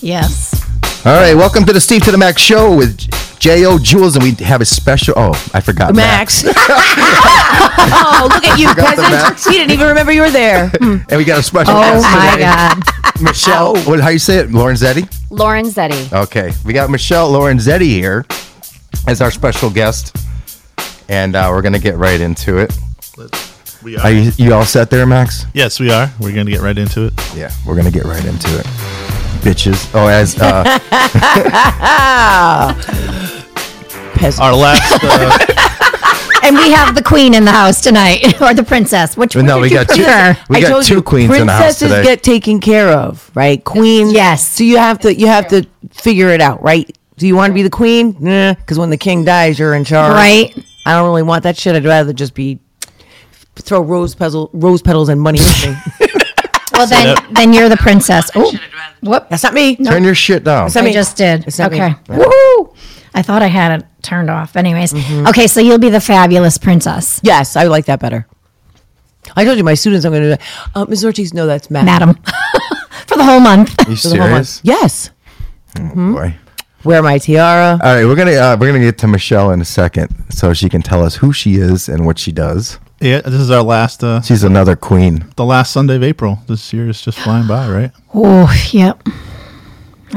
Yes. All right, welcome to the Steve to the Max show with J.O. Jules, and we have a special. Oh, I forgot. Max. oh, look at you, Forgot the peasant. Max. You didn't even remember you were there. Hmm. And we got a special Oh, guest my today. God. Oh. Michelle. What, how you say it? Lorenzetti? Lauren Zetti. Okay. We got Michelle Lorenzetti here as our special guest, and uh, we're going to get right into it. Let's, we are. Are you, you all set there, Max? yes, we are. We're going to get right into it. Yeah, we're gonna get right into it, bitches. Oh, as uh, Peasant. Our last. Uh, And we have the queen in the house tonight, or the princess. Which one no, did we you got two, prefer? we I got told two you, queens in the house princesses today. get taken care of, right? Queens. Yes. So you have to you have to figure it out, right? Do you want to be the queen? Nah, because when the king dies, you're in charge, Right. I don't really want that shit. I'd rather just be throw rose petal rose petals and money. at me. Well, then, that- then you're the princess. Oh, whoop! That's not me. Turn your shit down. not I me. just did. It's not me. Okay. Woohoo! I thought I had it turned off. Anyways, okay. So you'll be the fabulous princess, Yes, I like that better. I told you my students I'm going to do that. Uh, Ms. Ortiz, no, that's Matt. madam, for the whole month. you For the whole month. serious? Yes. Boy. Wear my tiara. All right, we're gonna uh, we're gonna get to Michelle in a second, so she can tell us who she is and what she does. yeah, this is our last. Uh, She's another queen. the last Sunday of April. This year is just flying by, right? Oh, yep.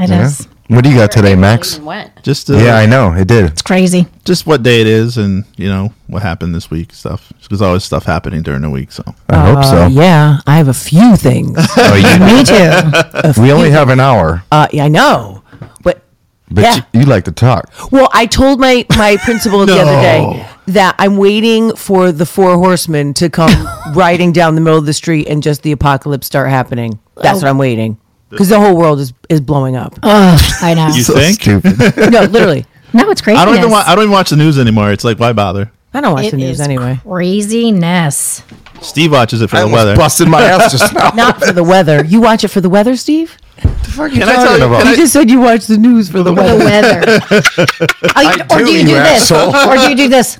It is Yeah? What do you got today, Max? Just uh, Yeah, I know it did. crazy. just what day it is, and you know what happened this week. Stuff. There's always stuff happening during the week. So I hope so. Uh, yeah, I have a few things. Oh, you- Me too. we only have an hour, uh, yeah, I know, but but Yeah. you, you like to talk. Well, I told my my principal the other No. day that I'm waiting for the four horsemen to come riding down the middle of the street and just the apocalypse start happening. That's what I'm waiting because the whole world is is blowing up. Ugh, I know. You So think? stupid. no, literally, No, it's crazy. I don't even. Wa- I don't even watch the news anymore. It's like why bother? I don't watch the news anyway. Craziness. Steve watches it for I the almost weather. busted my ass just now. Not for the weather. You watch it for the weather, Steve? Can I tell talking you? about? Can You I, just said you watch the news for the The weather. weather. Oh, you- or do, do, you you do this? asshole. Or do you do this?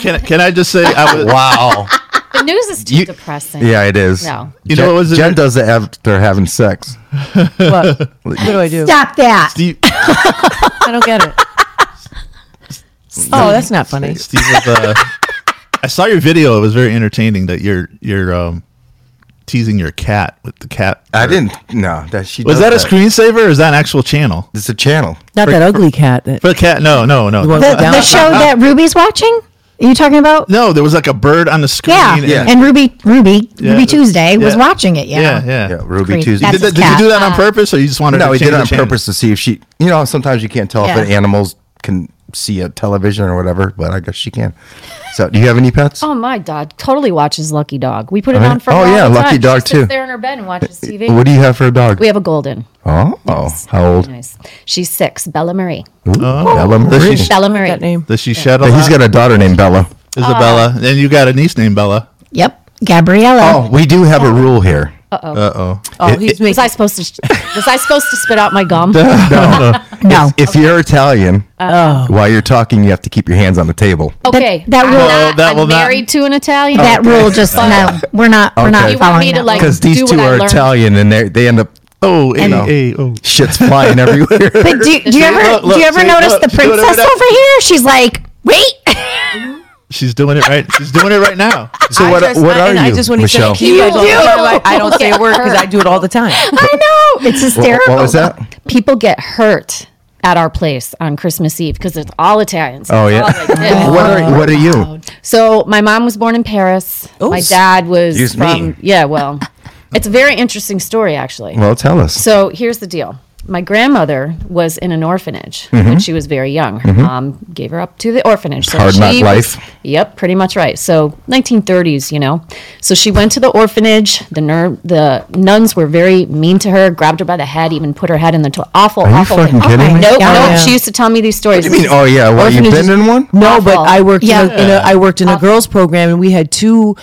can, I- can I just say? I was, wow. The news is too You- depressing. Yeah, it is. No. You know what was it? Jen does it after having sex. What? what do I do? Stop that. Steve, I don't get it. Oh, that's not funny. Steve was, uh, I saw your video. It was very entertaining. That you're you're um, teasing your cat with the cat. I didn't. No, that she Was does that a screensaver or is that an actual channel? It's a channel. Not that ugly cat. That, For the cat? No, no, no. one- The, Yeah. the show that Ruby's watching? Are you talking about? no, there was like a bird on the screen. Yeah. and- Yeah. And Ruby Ruby Yeah. Ruby Tuesday was Yeah. watching it, yeah. Yeah, yeah. Yeah, Ruby Crazy. Tuesday. That's Did, that- his did you cat. Uh, do that on purpose or you just wanted no, to he change did it on the channel? purpose to see if she. You know, sometimes you can't tell Yeah. if an animal's can see a television or whatever, but I guess she can. So, do you have any pets? Oh my God! Totally watches Lucky Dog. We put it Alright. on for. Oh, all yeah, the Lucky time. Dog, she too. Sits there in her bed and watches TV. What do you have for a dog? we have Oh. a golden. oh, how old? Nice. She's six. Bella Marie. Oh. Bella Marie. she's- Bella Marie. that name. Does she shed a But lot? he's got a daughter named Bella. Oh. Isabella. And you got a niece named Bella. Yep. Gabriella. Oh, we do have a rule here. Uh-oh. Oh, he's Was I making. supposed to? Was I supposed to spit out my gum? no. If you're Italian, while you're talking, you have to keep your hands on the table. Okay. that I'm will- Oh, not- that I'm will not- married to an Italian. Oh. that rule just no. We're not we're not Okay. You want me following to, that rule. like- Because these do two what I are learned. Italian and they they end up Oh, hey, know. hey, oh. shit's flying everywhere. But do, do you ever look, look, do you ever see, notice look, the she's doing it princess right now. over here? She's like, wait. She's doing it right. She's doing it right now. So what, Just- what I- are and you, I just want to say, Michelle? thank you. guys all the do. time. I, I don't say a word because I do it all the time. I know. It's What, hysterical. what was that? People get hurt at our place on Christmas Eve because it's all Italians. Oh It's yeah. all like this. what are what are you? So my mom was born in Paris. my s- dad was Excuse from me. yeah. Well, it's a very interesting story actually. Well, tell us. So here's the deal. My grandmother was in an orphanage Mm-hmm. when she was very young. Her mom gave her up to the orphanage. So Hard she knock was- life. Yep, pretty much right. So 1930s, you know. So she went to the orphanage. The ner- the nuns were very mean to her. Grabbed her by the head, even put her head in the to- awful, you awful fucking thing. kidding Awful. me? Nope, Yeah. nope. She used to tell me these stories. I mean, oh yeah. What you Orphanages- been in one? No, but Awful. I worked in, a, Yeah. in a I worked in a girls program, and we had two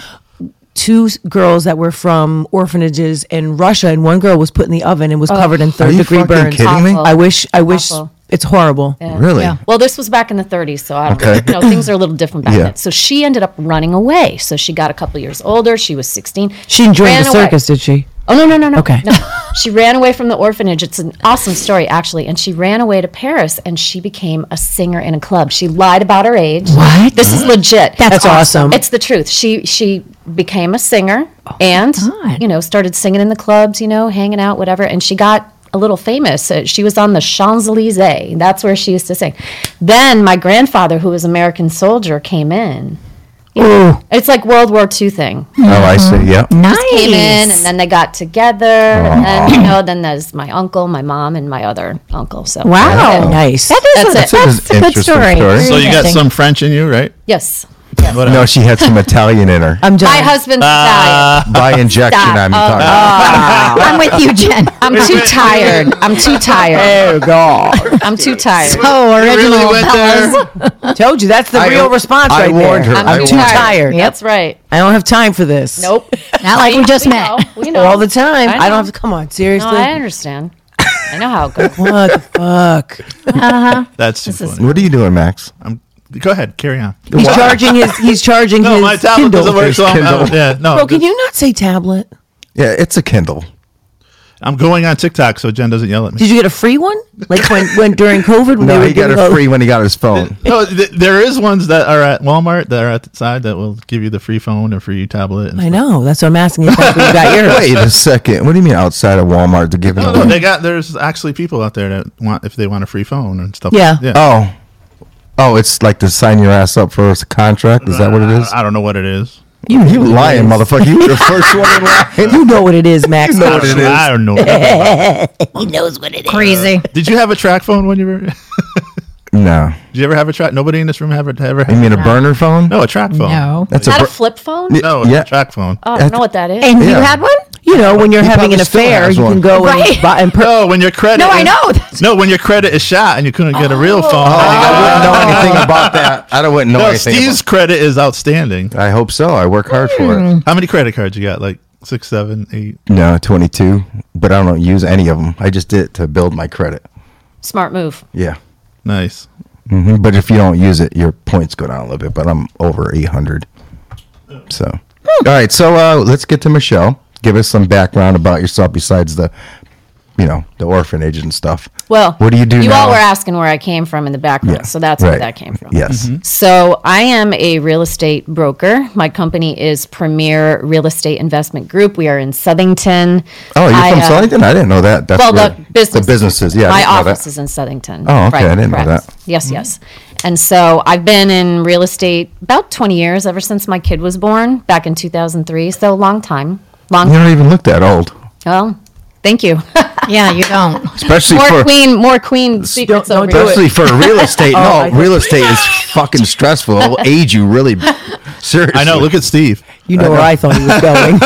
two s- girls that were from orphanages in Russia, and one girl was put in the oven and was covered in Are third you degree fucking burns. kidding me? Awful. I wish, I wish, Awful. it's horrible. Really? Yeah. Well, this was back in the 30s, so I don't Okay. you know things are a little different back Yeah. then. So she ended up running away. So she got a couple years older. She was 16. She enjoyed ran the away. circus, did she? Oh no no no no. Okay. No. She ran away from the orphanage. It's an awesome story actually, and she ran away to Paris and she became a singer in a club. She lied about her age. What? This is legit. That's awesome. Oh It's the truth. She she became a singer and God. you know started singing in the clubs, you know, hanging out, whatever. And she got a little famous. Uh, She was on the Champs Elysees. That's where she used to sing. Then my grandfather, who was American soldier, came in. You know, It's like World War II thing. Oh, I see. Yeah. Nice. Came in, and then they got together, and then you know, then there's my uncle, my mom, and my other uncle. So wow. Oh, Nice. That is That's a, it. that's That's an a good interesting story. story. Very So you got interesting. some French in you, right? yes, What No, else? she had some Italian in her. I'm done. my husband's Italian. By injection, Stop. I'm talking about. I'm with you, Jen. I'm too tired. I'm too tired. Oh God! I'm too tired. Oh, original. really went there. Told you that's the I- real response I right warned there. her. I'm, I too warned her. tired. That's right. I don't have time for this. Nope. Not like we just met. know. We know. All the time. I, know. don't have to. Come on, No, seriously. I understand. I know how it goes. what the fuck? That's too is- funny. What are you doing, Max? I'm, go ahead, carry on. He's charging his. He's charging No, his my tablet Kindle. doesn't work, His so I'm Kindle. out. Yeah, no. Bro, can you not say tablet? Yeah, it's a Kindle. I'm going on TikTok so Jen doesn't yell at me. Did you get a free one? Like when, when during COVID when No, they were he got giving her out- free when he got his phone. No, th- there is ones that are at Walmart that are at the side that will give you the free phone or free tablet. And I know. That's what I'm asking. If that's what you got yours. Wait a second. What do you mean outside of Walmart? They're giving no, no, away. they got there's actually people out there that want if they want a free phone and stuff. Yeah. Oh, oh, it's like to sign your ass up for a contract. Is that what it is? I, I don't know what it is. You, you lying, motherfucker! You were the first one in line. You know what it is, Max. You know I what it don't know. is. I don't know. Crazy. Did you have a track phone when you were? Did No, you ever have a track? Nobody in this room ever ever you had. mean a burner phone? No, a track phone. No. that's Not a. a Bur- flip phone? Yeah. No, a track phone. Oh, I don't know what that is. And you Yeah. had one? You know, when you're having probably an still affair, has you one. can go Right. and, buy, and per- No, when your credit. No, I is- know. That's- No, when your credit is shot and you couldn't get a real phone. oh, I wouldn't know anything about that. I don't wouldn't know no, anything. Steve's credit is outstanding. about- I hope so. I work hard for Hmm. it. How many credit cards you got? Like six, seven, eight. No, 22, but I don't use any of them. I just did it to build my credit. Smart move. Yeah. Nice. hmm But if you don't use it, your points go down a little bit. But I'm over 800. So, Hmm. all right. So uh, let's get to Michelle. Give us some background about yourself besides the, you know, the orphanage and stuff. Well, what do you do? You now? all were asking where I came from in the background, so that's where right. that came from. Yes. Mm-hmm. So I am a real estate broker. My company is Premier Real Estate Investment Group. We are in Southington. Oh, you're I, from uh, Southington? I didn't know that. That's Well, where- the business, The businesses. Yeah. I my didn't know that. office is in Southington. Oh, okay, I didn't know correct. that. Mm-hmm. Yes, yes. And so I've been in real estate about 20 years, ever since my kid was born back in 2003. So long time, long. You don't even look that old, Well, thank you. Yeah, you don't. especially more for queen, more queen secrets don't over do here. especially for real estate. I no, real estate is fucking stressful. It'll age you really. Seriously. I know. Look at Steve. you know where I thought he was going.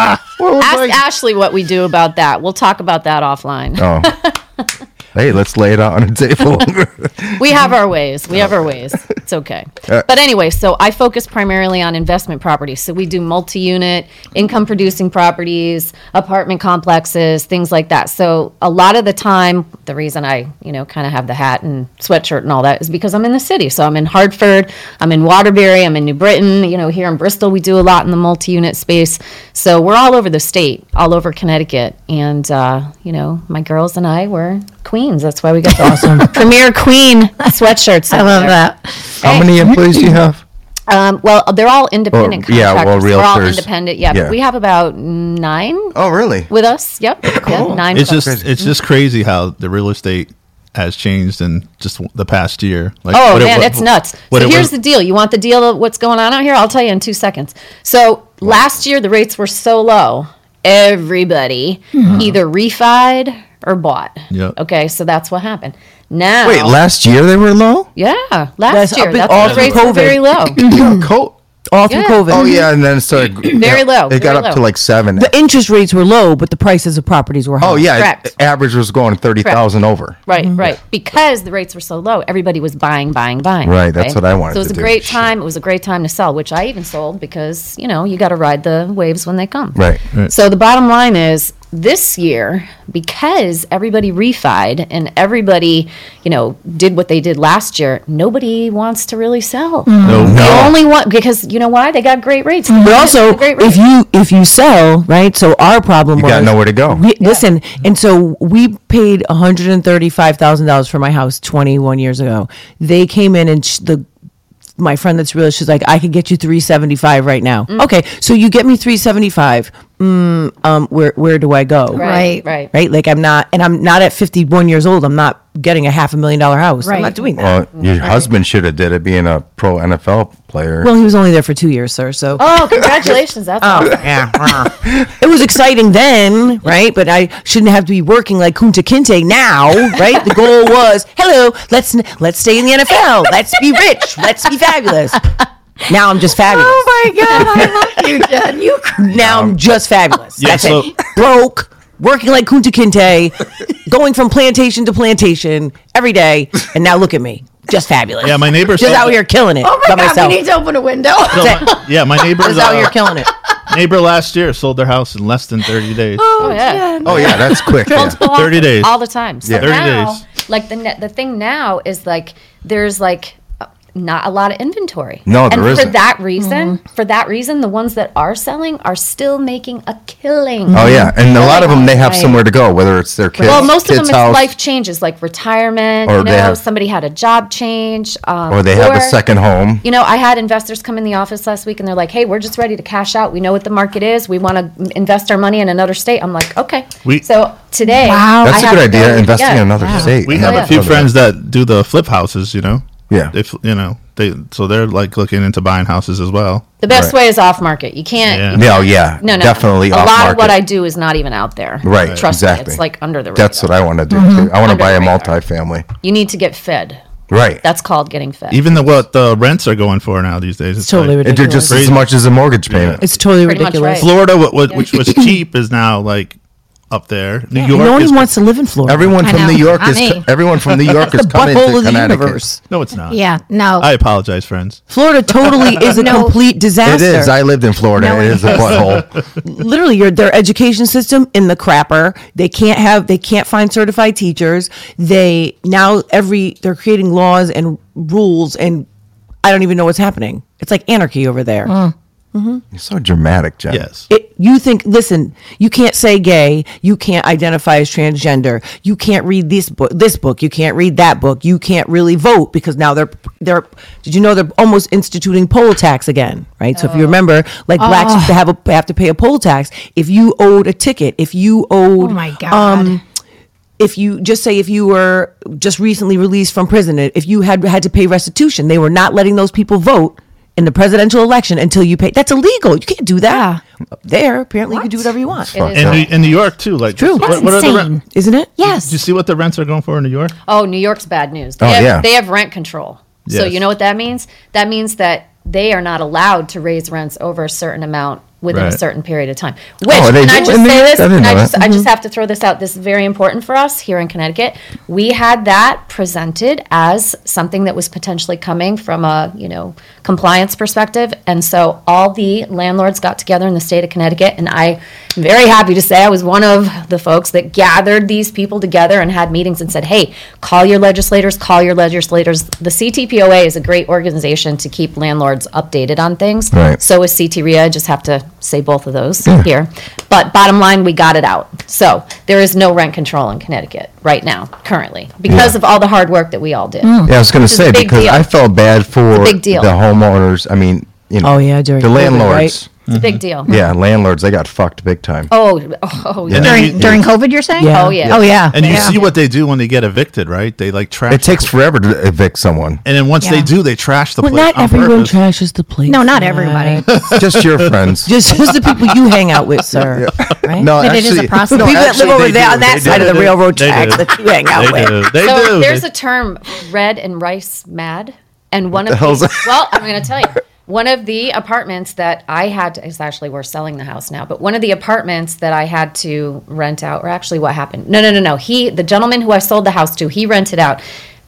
Ask Ashley what we do about that. We'll talk about that offline. Oh. hey, let's lay it out on the table. we have our ways. We have our ways. It's okay. But anyway, so I focus primarily on investment properties. So we do multi unit, income producing properties, apartment complexes, things like that. So a lot of the time, the reason I, you know, kind of have the hat and sweatshirt and all that is because I'm in the city. So I'm in Hartford, I'm in Waterbury, I'm in New Britain. You know, here in Bristol, we do a lot in the multi unit space. So we're all over the state, all over Connecticut. And, uh, you know, my girls and I were queens. That's why we got the awesome premier queen sweatshirts. I love that. How many employees do you have? Um, well, they're all independent Or- yeah, well, contractors. We're all realtors. independent. Yeah, Yeah. But we have about nine Oh, really? with us. Yep. Yeah, nine. It's with just us. it's just crazy how the real estate has changed in just w- the past year. Like, Oh what it man, wa- it's nuts. what So it here's was- the deal. You want the deal of what's going on out here? I'll tell you in two seconds. So last year the rates were so low, everybody Mm-hmm. either refied or bought. Yep. Okay, so that's what happened. Now, Wait, last year they were low? yeah, last That's year up in- that's all when the through rates were very low. All through Yeah. COVID. Hmm. Oh, yeah, and then it started. Very low, It got very up to low. like seven. The interest rates were low, but the prices of properties were high. oh, yeah. Correct. it- average was going 30,000 over. Right, right. Because the rates were so low, everybody was buying, buying, buying. Right, that's what I wanted So it was to a do. great Shit. time. It was a great time to sell, which I even sold because you know you got to ride the waves when they come. Right. Right. So the bottom line is, this year because everybody refied and everybody, you know, did what they did last year. Nobody wants to really sell. Mm-hmm. No, The only one because you know why they got great rates. But also, if you if you sell, right? So our problem You was gotta know where to go. We, Listen, and so we paid one hundred and thirty five thousand dollars for my house twenty one years ago. They came in and sh- the my friend that's real, she's like, I could get you three seventy five right now. Okay, so you get me three seventy five. Mm, um, where where do I go? right, Right. right, Right, like I'm not, and I'm not at 51 years old. I'm not getting a half a million dollar house. I'm Right. not doing that. Well, your husband should have did it being a pro NFL player. Well, he was only there for two years, sir. So Oh, congratulations! That's awesome. it was exciting then, right? But I shouldn't have to be working like Kunta Kinte now, right? The goal was, hello, let's let's stay in the NFL, let's be rich, let's be fabulous. Now I'm just fabulous. Oh my God, I love you, Jen. You cr- now I'm just fabulous. Yeah, That's so- it. Broke, working like Kunta Kinte, going from plantation to plantation every day, and now look at me, just fabulous. Yeah, my neighbor just said- out here killing it Oh my by God, myself. we need to open a window. So my- yeah, my neighbor's just out here uh, killing it. neighbor last year sold their house in less than 30 days. Oh yeah. Oh yeah, that's quick. yeah. Well, 30 days. all the time. So Yeah. 30 now, days. like the ne- the thing now is like there's like uh, not a lot of inventory. No, and there for isn't. that reason, for that reason, the ones that are selling are still making a killing. Oh yeah, and a lot of them they have Right. somewhere to go, whether it's their kids. Well, most of them kids' it's house, life changes, like retirement. Or you know, they have- somebody had a job change, um, or they have a second home. You know, I had investors come in the office last week and they're like, "Hey, we're just ready to cash out. We know what the market is. We want to invest our money in another state." I'm like, "Okay." We- so today, Wow. That's a a good idea. investing in another state. We and have yeah. a few friends that do the flip houses, you know. Yeah. If you know, they so they're like looking into buying houses as well. The best Right. way is off market. You can't. Yeah. you- No, oh, yeah, No, no, definitely A off lot market. of what I do is not even out there. Right, Trust me, exactly. it's like under the radar. That's what I want to do. too. I want to Under buy a the radar. multifamily. you need to get fed. Right. That's called getting fed. Even the what the rents are going for now these days. It's totally And ridiculous. they're just as much as a mortgage payment. it's totally Pretty much ridiculous. right. Florida, what, what, which was cheap, is now like up there. New York. No is- one wants to live in Florida. Everyone I from know, New York not is me. everyone from New York is coming butthole to of the Connecticut. universe. No, it's not. yeah, no. I apologize, friends. Florida totally is a No. complete It disaster. is. I lived in Florida. No, it it is a butthole. Literally, your their education system in the crapper. They can't have. They can't find certified teachers. They now every they're creating laws and rules, and I don't even know what's happening. It's like anarchy over there. You're so dramatic, Jen. Yes. It, you think, listen, you can't say gay, you can't identify as transgender, you can't read this book, this book, you can't read that book, you can't really vote because now they're they're. Did you know they're almost instituting poll tax again, right? So if Oh. you remember, like blacks used to have a, have to pay a poll tax if you owed a ticket, if you oh owed, um, my God. if you just say if you were just recently released from prison, if you had had to pay restitution, they were not letting those people vote in the presidential election until you pay. That's illegal. You can't do that. There, apparently, you can do whatever you want, Fuck is And that. New, in New York too, like true. What, That's what are the insane. rent? isn't it? yes. Do you see what the rents are going for in New York? Oh, New York's bad news. They Oh, have, yeah. They have rent control. So Yes. you know what that means? That means that they are not allowed to raise rents over a certain amount within a Right. certain period of time. Which, Oh, they can I do? just In say New York? this? I didn't Can I know just, that. I just have to throw this out. This is very important for us here in Connecticut. We had that presented as something that was potentially coming from a, you know, compliance perspective. And so all the landlords got together in the state of Connecticut and I am very happy to say I was one of the folks that gathered these people together and had meetings and said, "Hey, call your legislators, call your legislators. The CTPOA is a great organization to keep landlords updated on things." Right. So is CTRIA. I just have to say both of those here. But bottom line, we got it out. So there is no rent control in Connecticut right now, currently, because Yeah. Mm. of all the hard work that we all did. Yeah, I was going to Which is a say big because deal. I felt bad for big the deal. homeowners. I mean, you know, Oh, yeah, during the COVID, landlords. It's a big deal. Mm-hmm. Yeah, landlords. They got fucked big time. Oh, oh, oh, yeah. then during, you- during COVID, you're saying? Yeah. Oh, yeah. Oh, yeah. And you Yeah. see what they do when they get evicted, right? They like trash. It takes the- forever to evict someone. and then once they Yeah. do, they trash the But place. not on everyone purpose. trashes the place. No, not everybody. Just your friends. Just, just the people you hang out with, sir. Right? No, But it is a actually, process. no, people that live actually, over they there do. on that They do. side of the They do. railroad They tracks do. that you hang out They with. do. They so do. there's They- a term, red and rice mad, and one of hell's the, that? well, I'm going to tell you. One of the apartments that I had to, it's actually we're selling the house now, but one of the apartments that I had to rent out, or actually what happened? No, no, no, no. He, the gentleman who I sold the house to, he rented out.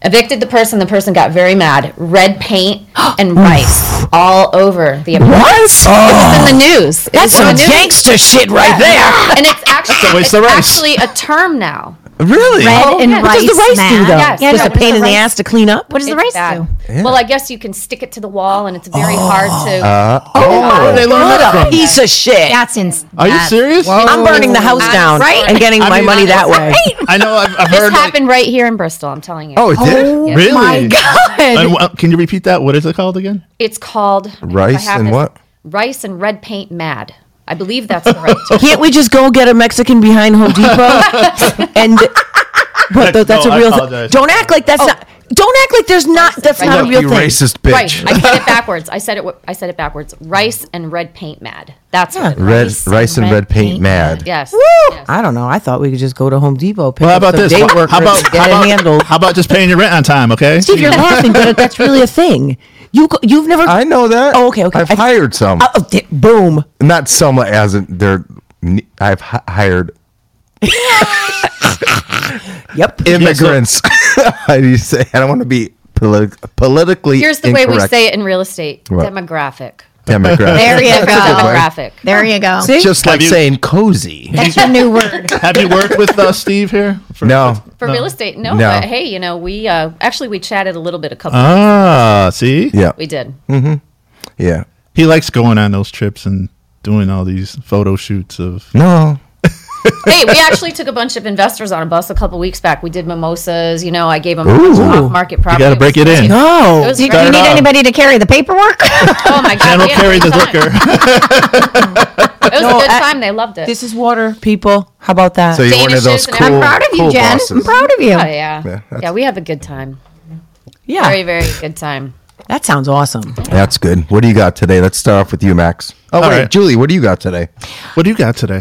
Evicted the person. The person got very mad. Red paint and rice all over the apartment. What? Oh. It's in the news. It That's was in some the news. gangster shit right there. And it's actually Waste it's the rice. actually a term now. Really? Red Oh, and yeah. What rice. What does the rice do man. though? Yes. Yeah, Just no, a what does pain the in the rice- ass to clean up. What does the It's rice bad. do? Well, I guess you can stick it to the wall, and it's very hard to. Uh, Oh, they learned that What a from. piece of shit! That's in. Are you serious? I'm burning the house I'm down sorry. and getting I my mean, money I- that way. I know. I've, I've this heard. like- happened right here in Bristol. I'm telling you. Oh, it did. really? My God. And, wha- can you repeat that? What is it called again? It's called I think Rice I have and this- what? Rice and red paint. Mad. I believe that's the right term. Can't we just go get a Mexican behind Home Depot? and but th- that's No, I a real apologize. thing. Don't act like that's not. Don't act like there's not. That's right. not a Look, real you thing. racist bitch. Right. I said it backwards. I said it. wa- I said it backwards. Rice and red paint. Mad. That's what it was. Red rice, and red, paint, mad. yes. Woo! yes. I don't know. I thought we could just go to Home Depot. Pick Well, how up about some this? Day How- workers, how about get how it about, handled. how about just paying your rent on time? Okay. Steve, you're laughing, but that's really a thing. You go- you've never. I know that. Oh, okay, okay. I've I- hired some. Oh, oh, di- boom. Not some as in they're. I've hi- hired Yep. immigrants. How do you say? I don't want to be politi- politically. Here's the way we incorrect. say it in real estate. What? Demographic. Demographic. There you go. Demographic. There you go. See? Just like you- saying cozy. That's your new word. Have you worked with uh, Steve here? For- No. For real estate, no, No. Uh-huh. But hey, you know, we uh, actually we chatted a little bit a couple. Ah, see. Yeah. we did. Yeah. He likes going on those trips and doing all these photo shoots of. No. hey, we actually took a bunch of investors on a bus a couple weeks back. We did mimosas. You know, I gave them Ooh. off market property. gotta break it in. It No. was Do you, do great. you need off. anybody to carry the paperwork? Oh my god! General we had a Carey the good time. Hooker. It was a good I- time. They loved it. This is water, people. How about that? So you're one of Danishes those and- cool. I'm proud of you, cool Jen. bosses. I'm proud of you. oh yeah, yeah, that's- We have a good time. yeah. Very, very good time. That sounds awesome. That's good. What do you got today? Let's start off with you, Max. Oh All wait, right. Julie, what do you got today? what do you got today?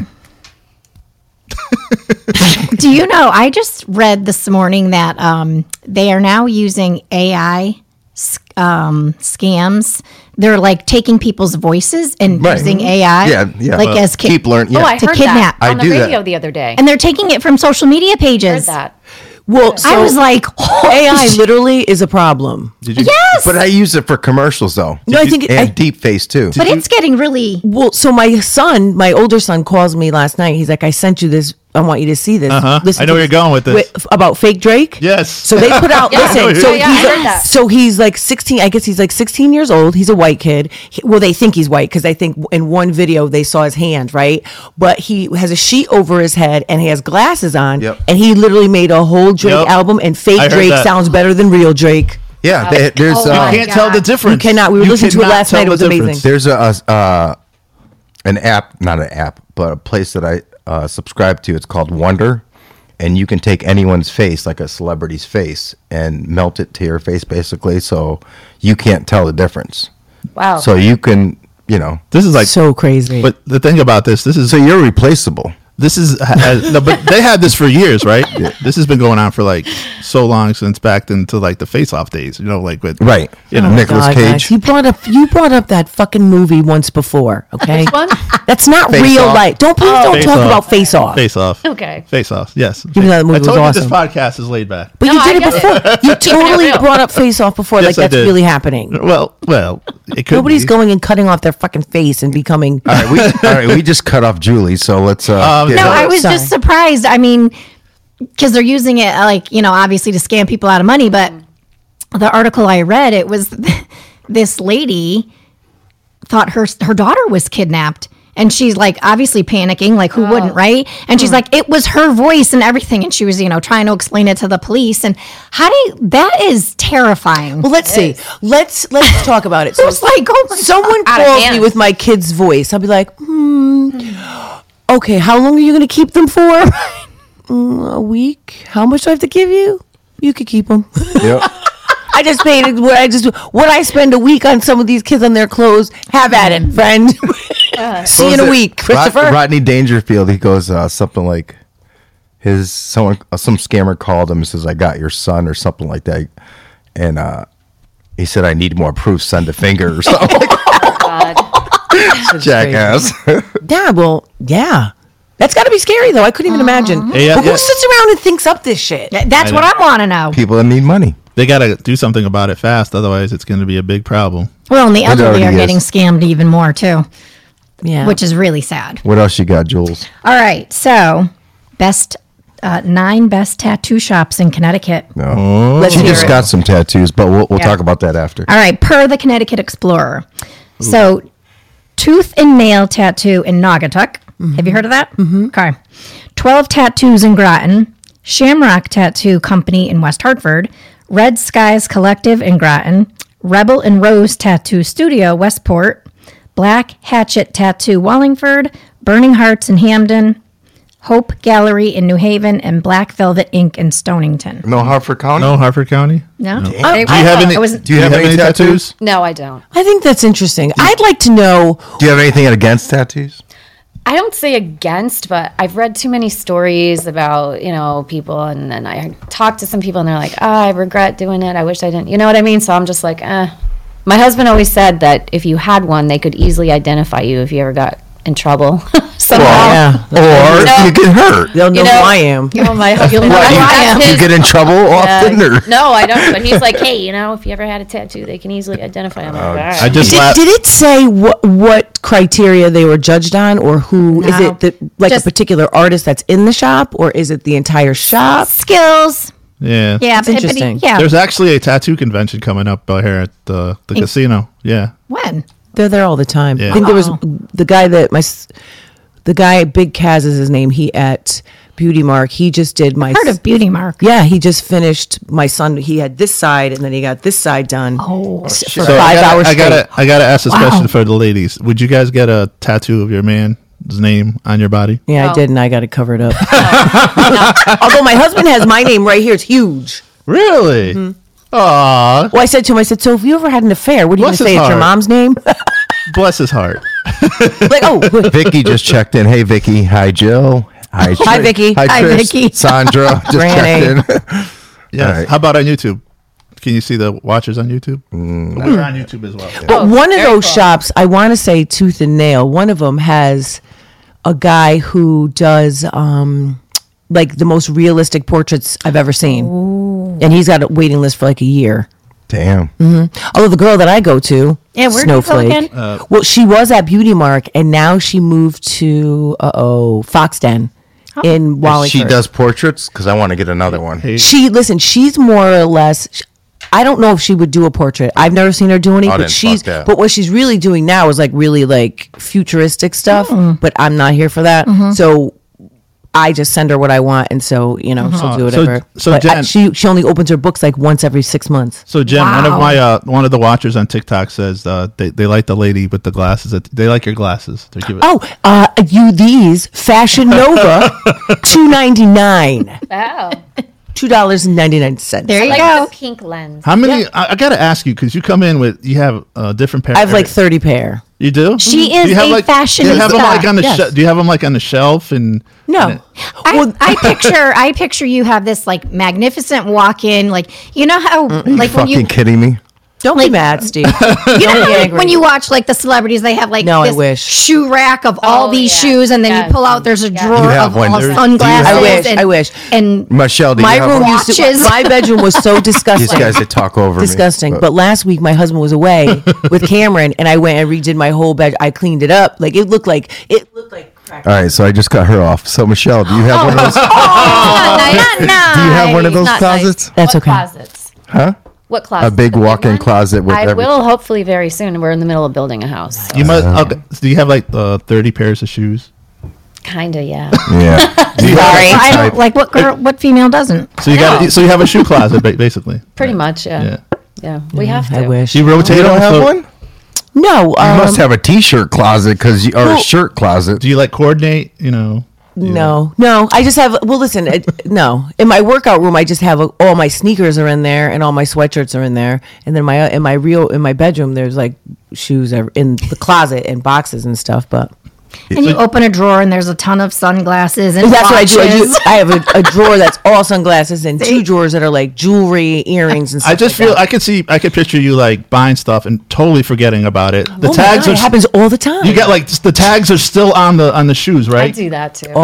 Do you know? I just read this morning that um, they are now using AI s- um, scams. They're like taking people's voices and Right. using AI. Yeah, yeah. Like Well, as ki- keep learning. Yeah. Oh, I To heard kidnap. that I on the do that. radio the other day. and they're taking it from social media I heard pages. that. Well, so I was like, AI literally is a problem. Did you? yes, but I use it for commercials though. No, I think it- and I- deep face too. but it's getting really. Well, so my son, my older son, calls me last night. He's like, "I sent you this. I want you to see this. Uh-huh. I to know where you're going with this." about fake Drake." Yes. So they put out. Yeah. Listen. Yeah, So yeah, he's I a- heard that. so he's like 16. I guess he's like 16 years old. He's a white kid. He- well, they think he's white because I think in one video they saw his hand, right? But he has a sheet over his head and he has glasses on. Yep. And he literally made a whole Drake Yep. album, and I fake heard Drake that. sounds better than real Drake. yeah, they- there's oh uh, my Can't tell the God. difference. You cannot. We were listening to it cannot last night. It tell was the amazing. difference. there's a, a uh, an app, not an app, but a place that I uh, subscribe to. It's called Wonder, and you can take anyone's face, like a celebrity's face, and melt it to your face, basically, so you can't tell the difference. Oh. Wow. So you can, you know, This is like. so crazy. but the thing about this, this is so you're replaceable. this is ha- no, but they had this for years, right? This has been going on for like so long since back into like the face off days, you know, like with Right. you know, Oh, Nicolas God, guys, Cage. you brought up you brought up that fucking movie once before. Okay, one? Oh. that's not Face real Off. life. Don't please don't Face talk Off. about Face Off. Face off. Okay. Face off. Yes. Even though that movie I was told you awesome. this podcast is laid back. But No, you I did it get it. before. You totally real. brought up Face Off before. like Yes, I that's did. really happening. Well, well, it could Nobody's be. going and cutting off their fucking face and becoming. Uh, All right, we all right, we just cut off Julie, so let's uh Um, get- Oh, No, I was Sorry. just surprised. I mean, because they're using it, uh, like, you know, obviously to scam people out of money. But the article I read, it was this lady thought her her daughter was kidnapped. And she's like, obviously panicking, like, who wouldn't, right? And she's like, it was her voice and everything. And she was, you know, trying to explain it to the police. And how do you, that is terrifying. Well, let's see. Let's let's talk about it. So It's like, oh my someone Out of calls me hand. with my kid's voice, I'll be like, hmm. Okay, how long are you going to keep them for? "Mm, a week. How much do I have to give you? You could keep them. Yep. I just paid what I just what I spend a week on some of these kids on their clothes. Have at it, friend. See you in a was it? week, Rod- Christopher. Rodney Dangerfield. He goes uh, something like his someone uh, some scammer called him and says, "I got your son" or something like that, and uh, he said, "I need more proof. Send a finger or something." like God. Jackass. Yeah, well, yeah. That's got to be scary though. I couldn't even imagine. Yeah, but yeah. who sits around and thinks up this shit? That's I what I want to know. People that need money. They got to do something about it fast, otherwise it's going to be a big problem. Well, and the elderly already are is. getting scammed even more too, Yeah. which is really sad. What else you got, Jules? All right, so best uh, nine best tattoo shops in Connecticut. Let's She hear just it. got some tattoos, but we'll, we'll Yeah. talk about that after. All right, per the Connecticut Explorer. So, tooth and nail tattoo in Naugatuck. Have you heard of that? Mm-hmm. Okay. 12 tattoos in Groton, Shamrock Tattoo Company in West Hartford, Red Skies Collective in Groton, Rebel and Rose Tattoo Studio, Westport, Black Hatchet Tattoo, Wallingford, Burning Hearts in Hamden, Hope Gallery in New Haven, and Black Velvet Ink in Stonington. No Hartford County. No, Hartford Oh, County. No? Do you Do you have any? I wasn't, Do you have any tattoos? No, I don't. I think that's interesting. I'd like to know. Do you have anything against tattoos? I don't say against, but I've read too many stories about, you know, people and then I talk to some people and they're like, oh, I regret doing it. I wish I didn't. You know what I mean? So I'm just like, eh. My husband always said that if you had one, they could easily identify you if you ever got in trouble somehow. Oh, Yeah. Or No. you get hurt. They'll know, You know- who I am. You know, my What, husband. That's you- I am. You his- get in trouble often, or no, I don't. But he's like, hey, you know, if you ever had a tattoo, they can easily identify. I'm like, Uh, all right. I just Did, laughed. did it say what what criteria they were judged on, or who is No. it? The, like Just- a particular artist that's in the shop, or is it the entire shop? skills. Yeah. Yeah, That's but- but- interesting. Yeah. There's actually a tattoo convention coming up uh, here at the, the casino. Yeah. when? They're there all the time. Yeah. I think there was Oh. the guy that my s- the guy Big Kaz is his name. He at Beauty Mark. He just did my Part s- of Beauty Mark. yeah. He just finished my son. He had this side, and then he got this side done Oh, s- for So five I gotta, hours I straight. gotta, I gotta ask this Wow. question for the ladies. Would you guys get a tattoo of your man's name on your body? yeah, I Oh. did, and I got it covered up. Although my husband has my name right here. It's huge. Really? Mm-hmm. Aw, Well, I said to him, I said, so if you ever had an affair, what are you going Bless to his say? It's your heart. mom's name? bless his heart. like, oh, Vicky just checked in. Hey, Vicky. Hi, Jill. Hi, Tri- Vicky. Hi, Hi, Tris. Vicky. Sandra just Granny. checked in. Yes. All right. How about on YouTube? Can you see the watchers on YouTube? Mm. We're on YouTube as well. Oh, But one of very those cool. shops, I want to say Tooth and Nail. One of them has a guy who does um, like the most realistic portraits I've ever seen, and he's got a waiting list for like a year. Damn. Although the girl that I go to, Yeah, where do you go Snowflake, again? Uh, well, she was at Beauty Mark, and now she moved to uh oh Fox Den Oh. in Wallingford. She does portraits because I want to get another one. She listen. She's more or less. sh- I don't know if she would do a portrait. I've never seen her do any. Oh, then But fuck she's. that. But what she's really doing now is like really like futuristic stuff. Hmm. But I'm not here for that. Mm-hmm. So I just send her what I want, and so you know Uh-huh. she'll do So- whatever. so But I- Jen- she she only opens her books like once every six months. So Jen, one Wow. of my uh, one of the watchers on TikTok says uh, they they like the lady with the glasses. That they like your glasses. They give it. Oh, uh, you these Fashion Nova, two ninety nine, Wow. two dollars and ninety nine cents. There you Like go. Oh. the pink lens. How many? I, I gotta ask you because you come in with you have uh, different pair. I have like thirty pair. you do. Mm-hmm. She Do you is have, a like, Do you have them fashionista. like on the Yes. she- Do you have them like on the shelf and? and No, it- I, Well, I picture I picture you have this like magnificent walk in like you know how like when Fucking you kidding me? don't be mad, Steve. Don't you know get how, like, angry. when you watch like the celebrities they have like No, I this wish. shoe rack of all Oh, these yeah. shoes and then Yes. you pull out there's a Yes. drawer You have of one. all There's- sunglasses do I you wish. and, I wish. and Michelle, do my you have room one? used to, Watches. my bedroom was so disgusting. These guys that talk over me, disgusting. but last week my husband was away with Cameron, and I went and redid my whole bed. I cleaned it up. Like it looked like it looked like crap. All right, so I just got her off. So Michelle, do you have one of those? not nice. Do you have one of those Not closets? nice. That's Ah, what okay. Closets? Huh? What closet? A big walk-in closet with I every- will hopefully very soon. We're in the middle of building a house. You must. okay, so do you have like uh, thirty pairs of shoes? Kinda, yeah. Yeah. Do you have Sorry. a I type? don't like what girl what female doesn't So you got. So you have a shoe closet ba- basically. Pretty much, yeah. Yeah. yeah. we have to. I wish. Do you rotate? You don't them? have So- one? No, You um, must have a t-shirt closet because you or a well- shirt closet. Do you like coordinate? You know. no, no. I just have. Well, listen, it, no. In my workout room, I just have a, all my sneakers are in there, and all my sweatshirts are in there, and then my in my real in my bedroom, there's like shoes are in the closet and boxes and stuff. But And you open a drawer and there's a ton of sunglasses and That's watches. what I do. I, do. I have a, a drawer that's all sunglasses and two drawers that are like jewelry, earrings, and stuff. I just like feel I could see I could picture you like buying stuff and totally forgetting about it. The that. Oh my tags God, are it happens all the time. you got like the tags are still on the on the shoes, I right? do that too.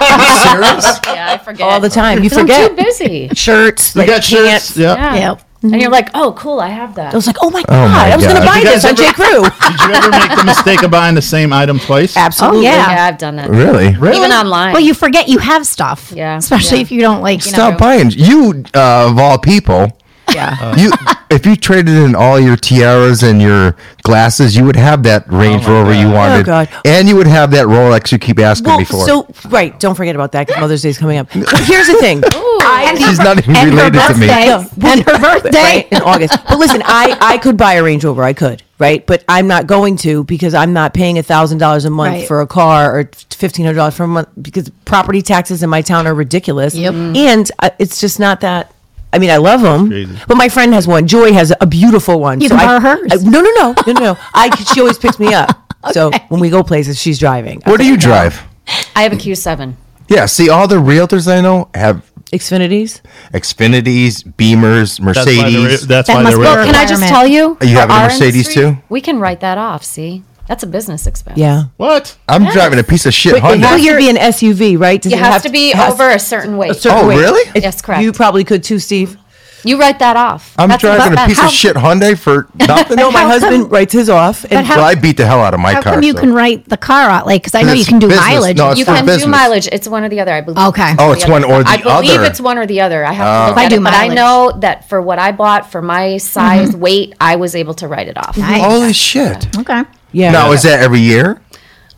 serious? Yeah, I forget all the time. You 'Cause I'm forget Mm-hmm. too busy. shirts. You like, got shirts. pants. Yeah. Yeah. Yep. And you're like, oh, cool, I have that. I was like, oh my god, my I was going to God. buy You guys this on ever- J. Crew. Did you ever make the mistake of buying the same item twice? Absolutely. Oh, yeah. yeah, I've done that. Really? Even online. Well, you forget you have stuff. Yeah. Especially Yeah. if you don't like. You know, Stop buying. You, uh, of all people, yeah. Uh, you if you traded in all your tiaras and your glasses, you would have that Range Rover you wanted, God. and you would have that Rolex you keep asking me for. so right, don't forget about that because Mother's Day is coming up. But here's the thing. She's not even and her related to me. birthday. And her birthday. Right, in August. But listen, I I could buy a Range Rover. I could, right? But I'm not going to because I'm not paying a thousand dollars a month Right. for a car or fifteen hundred dollars for a month because property taxes in my town are ridiculous. Yep. Mm. And uh, it's just not that. I mean, I love them, Crazy. but my friend has one. Joy has a beautiful one. You can I- borrow hers. I- no, no, no, no, no, no. I she always picks me up. So when we go places, she's driving. What do you drive? I have a Q7. Yeah, see, all the realtors I know have Xfinities. Xfinities, Beamers, That's why they're Mercedes. that's That why must they're be- rare. Well, Can I just Requirement. tell you? Oh, You for have a our Mercedes, industry, too? We can write that off. See, that's a business expense. Yeah. What? I'm driving a piece of shit But it Honda. has to be an SUV, right? Does It has to be has- over a certain weight. a certain Oh, weight? really? It- Yes, correct. You probably could too, Steve. you write that off. I'm That's driving a about- piece how- of shit Hyundai for nothing. No, my how husband writes his off, and how- well, I beat the hell out of my How car. come you so- can write the car out? Like, because I know you It's can do business. mileage. No, it's You for can do business. mileage. It's one or the other. I believe. Okay. Oh, it's the one other. or the I believe other. Ah. it's one or the other. I have to look I at do it, but I mileage. Mm-hmm. know that for what I bought, for my size, weight, I was able to write it off. Nice. Holy shit! Okay. yeah. Now is that every year?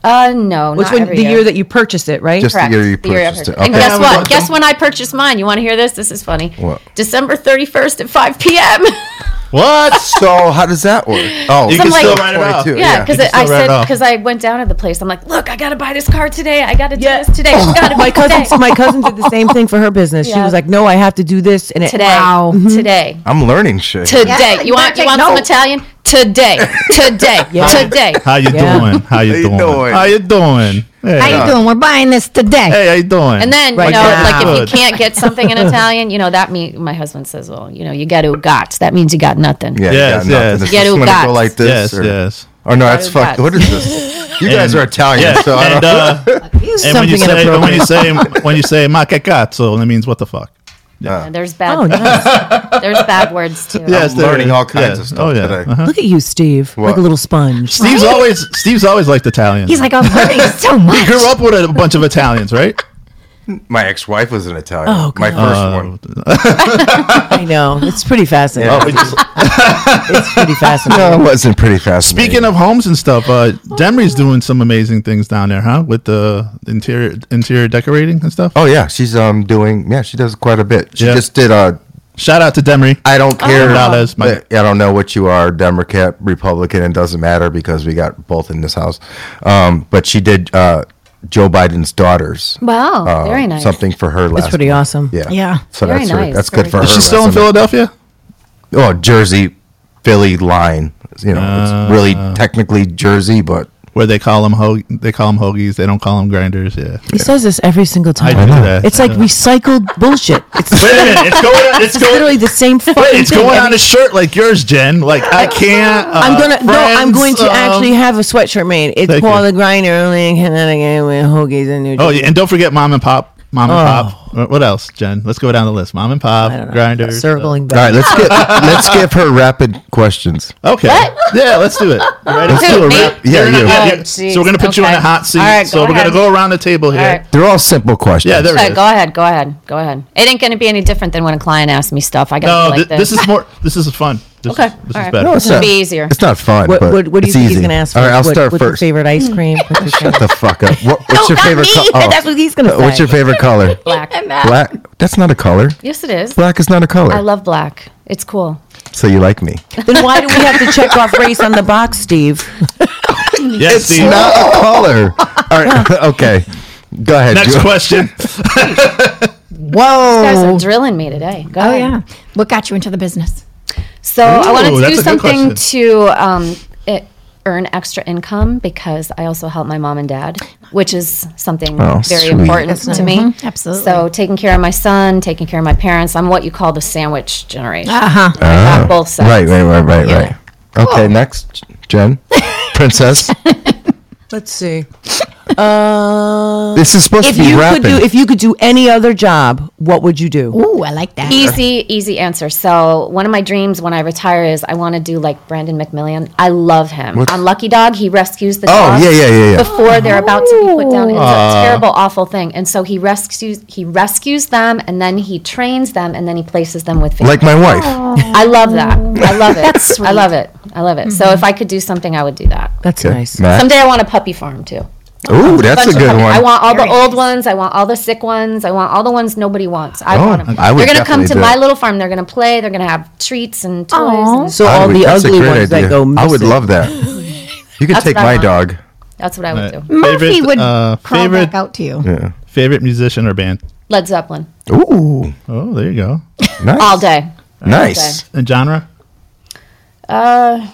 Uh, no, Which not one? every The year that you purchased it, right? Just Correct. the year you The year I purchased it. purchased. And Okay. guess what? Guess when I purchased mine. You want to hear this? This is funny. What? December 31st at 5 p.m. What? So how does that work? Oh, You can still write it off. 22, yeah, because You can I still write it said off. because I went down to the place. I'm like, look, I gotta buy this car today. I gotta do this today. Gotta my do this cousin, today." my cousin did the same thing for her business. She Yeah. was like, "No, I have to do this," and it, today, Wow. Mm-hmm. today, I'm learning shit. today. you you want better you want take some notes. Italian today, today, today. How you Yeah. doing? How you How you doing? doing? How you doing? Hey, How you doing? We're buying this today. hey, how you doing? And then Right you know, now. like if you Good. can't get something in Italian, you know that mean my husband says, well, you know, you got to got. That means you got nothing. Yeah, Yes, yeah, yes. This Yeah, is do gonna guts. go like this. yes, or, yes. Oh no, that's do fucked. guts. What is this? You guys And- are Italian, yeah, so I and, don't. uh, and when something you say and when inappropriate. you say when you say "ma che cazzo," that means what the fuck. And There's bad. Oh, nice. There's bad words too. Yes, there learning is. all kinds Yeah. of stuff Oh yeah. today. Uh-huh. Look at you, Steve, like What? a little sponge. Steve's always Steve's always liked Italian. He's like, I'm learning so much. grew up with a bunch of Italians, right? My ex-wife was an Italian. Oh, my God. first one. I know it's pretty fascinating. Oh, It's pretty fascinating. No, it wasn't pretty fast. Oh, Speaking of homes and stuff, uh, Demry's doing some amazing things down there, huh? With the interior interior decorating and stuff. oh yeah, she's um doing yeah, she does quite a bit. She Yeah. just did uh, a. Shout out to Demry. I don't care. Not as my- I don't know what you are, Democrat, Republican. It doesn't matter because we got both in this house. Um, but she did uh, Joe Biden's daughters. Wow, uh, very nice. Something for her last. It's pretty month. awesome. Yeah. Yeah. So Very that's her- nice. that's Very good for good. her. Is She's still in resume. Philadelphia. Oh, Jersey, Philly line. You know, it's really technically Jersey, but where they call them ho- they call 'em hoagies. They don't call them grinders. Yeah, He says this every single I time. do that. It's like recycled bullshit. It's Wait a minute, it's going. On, it's it's literally going. the same fucking Wait, it's thing. going on every- a shirt like yours, Jen. Like I can't. Uh, I'm gonna no. I'm friends, going to um, actually have a sweatshirt made. It's Thank you. Paul the Grinder only in Connecticut with hoagies and New Oh, yeah, and don't forget mom and pop. Mom and Oh. pop. Wh- What else, Jen? Let's go down the list. Mom and pop, grinders. uh, circling all back. right. Let's get let's give her rapid questions. uh, okay. Yeah, let's do it. All right, let's Who, do a me? rap. Yeah, You're you. not- Oh, you're- so jeez, we're gonna put you in okay. a hot seat. All right, so go we're ahead. gonna go around the table here. All right. They're all simple questions. Yeah, there it Okay, is. go ahead, go ahead, go ahead. It ain't going to be any different than when a client asks me stuff. I got No, to thi- like this. Uh, this is more. This is fun. This Okay, Is, all this is right. better. No, This it's would not- be easier. It's not fun. What, but what, what do you it's think easy. he's gonna ask for? All right, I'll What- start what's first. your favorite ice cream? What's your Shut the fuck up. What, what's your not favorite me. color? That's what he's gonna Uh, What's say. your favorite color? black. Black. That's not a color. Yes, it is. Black is not a color. I love black. It's cool. so you like me? Then why do we have to check off race on the box, Steve? Yes, It's Steve. not a color. All right. okay. Go ahead. Next Jewel. question. You guys Whoa. are drilling me today. Go Oh, ahead. yeah. What got you into the business? So I wanted Ooh, to that's do a good something question. to um, it, earn extra income because I also help my mom and dad, which is something Oh, very sweet. important That's to nice. me. Absolutely. So taking care of my son, taking care of my parents. I'm what you call the sandwich generation. Uh huh. I got both sides. Ah, Right, right, right, right, Yeah. right. Okay, next, Jen, princess. Let's see. Uh, this is supposed if to be you rapping. could do if you could do any other job, what would you do? Ooh, I like that. Easy, easy answer. So one of my dreams when I retire is I want to do like Brandon McMillian. I love him. What's- On Lucky Dog, he rescues the Oh, dogs yeah, yeah, yeah, Oh. yeah. before they're about to be put down. It's a terrible, awful thing. And so he rescues he rescues them and then he trains them and then he places them with family. like my wife. I love that. I love it. That's I love it. I love it. So if I could do something, I would do that. That's Okay, nice. Matt? Someday I want a puppy farm too. Ooh, that's a Bunch of good puppies. one. I want all the Very old nice. ones. I want all the sick ones. I want all the ones nobody wants. I Oh, want them. I would they're gonna come definitely to do my it. little farm. They're gonna play. They're gonna have treats and toys. Aw. And So I all would- the that's a ugly great ones idea. that go missing. I would love that. You can That's take what I my want. dog. that's what I would do. Murphy Favorite, would uh, crawl favorite- back out to you. Yeah. Favorite musician or band? Led Zeppelin Ooh, Oh, there you go. nice. all day. Nice. And genre? Uh,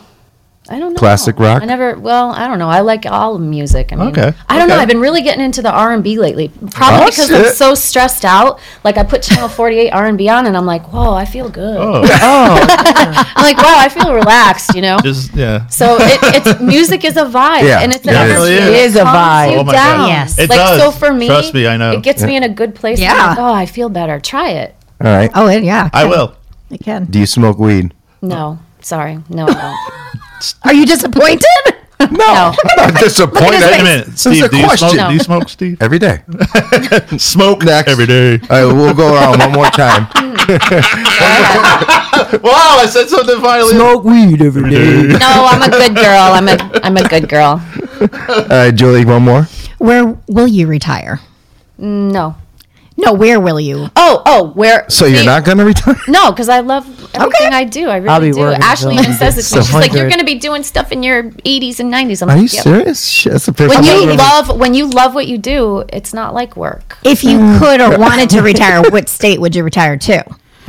I don't know. Classic rock? I never. Well, I don't know. I like all music. I mean, Okay, I don't know. okay. I've been really getting into the R and B lately. Probably Oh, because I'm shit. so stressed out. Like I put Channel 48 R and B on, and I'm like, whoa, I feel good. Oh, I'm like, wow, I feel relaxed. You know. just yeah. So it, it's music is a vibe, Yeah, and it's it an is. energy. It really is a calms vibe. You Oh my down. God. Yes. It like so does. for me, Trust me, I know. it gets me in a good place. I'm Yeah. like, oh, I feel better. Try it. All right. Oh, it- yeah. I will. I can. Do you smoke weed? No, sorry, no, I don't. Are you disappointed? no. I'm disappointed. Wait a minute, This is Steve. a Do you, smoke, question. No. do you smoke, Steve? Every day. Smoke Next. every day. All right, we'll go around one more time. Mm. Wow, I said something finally. Smoke weed every day. No, I'm a good girl. I'm a I'm a good girl. All right, Julie, one more. Where will you retire? No. No, where will you? Oh, oh, where? So you're see, not going to retire? No, because I love everything I do. I really I'll be do. working Ashley till even says it to me. She's like, "You're 100. going to be doing stuff in your 80s and 90s." I'm Are like, you "Yep." serious? Shit, that's the first When time I've you ever- love when you love what you do, it's not like work. If you could or wanted to retire, what state would you retire to?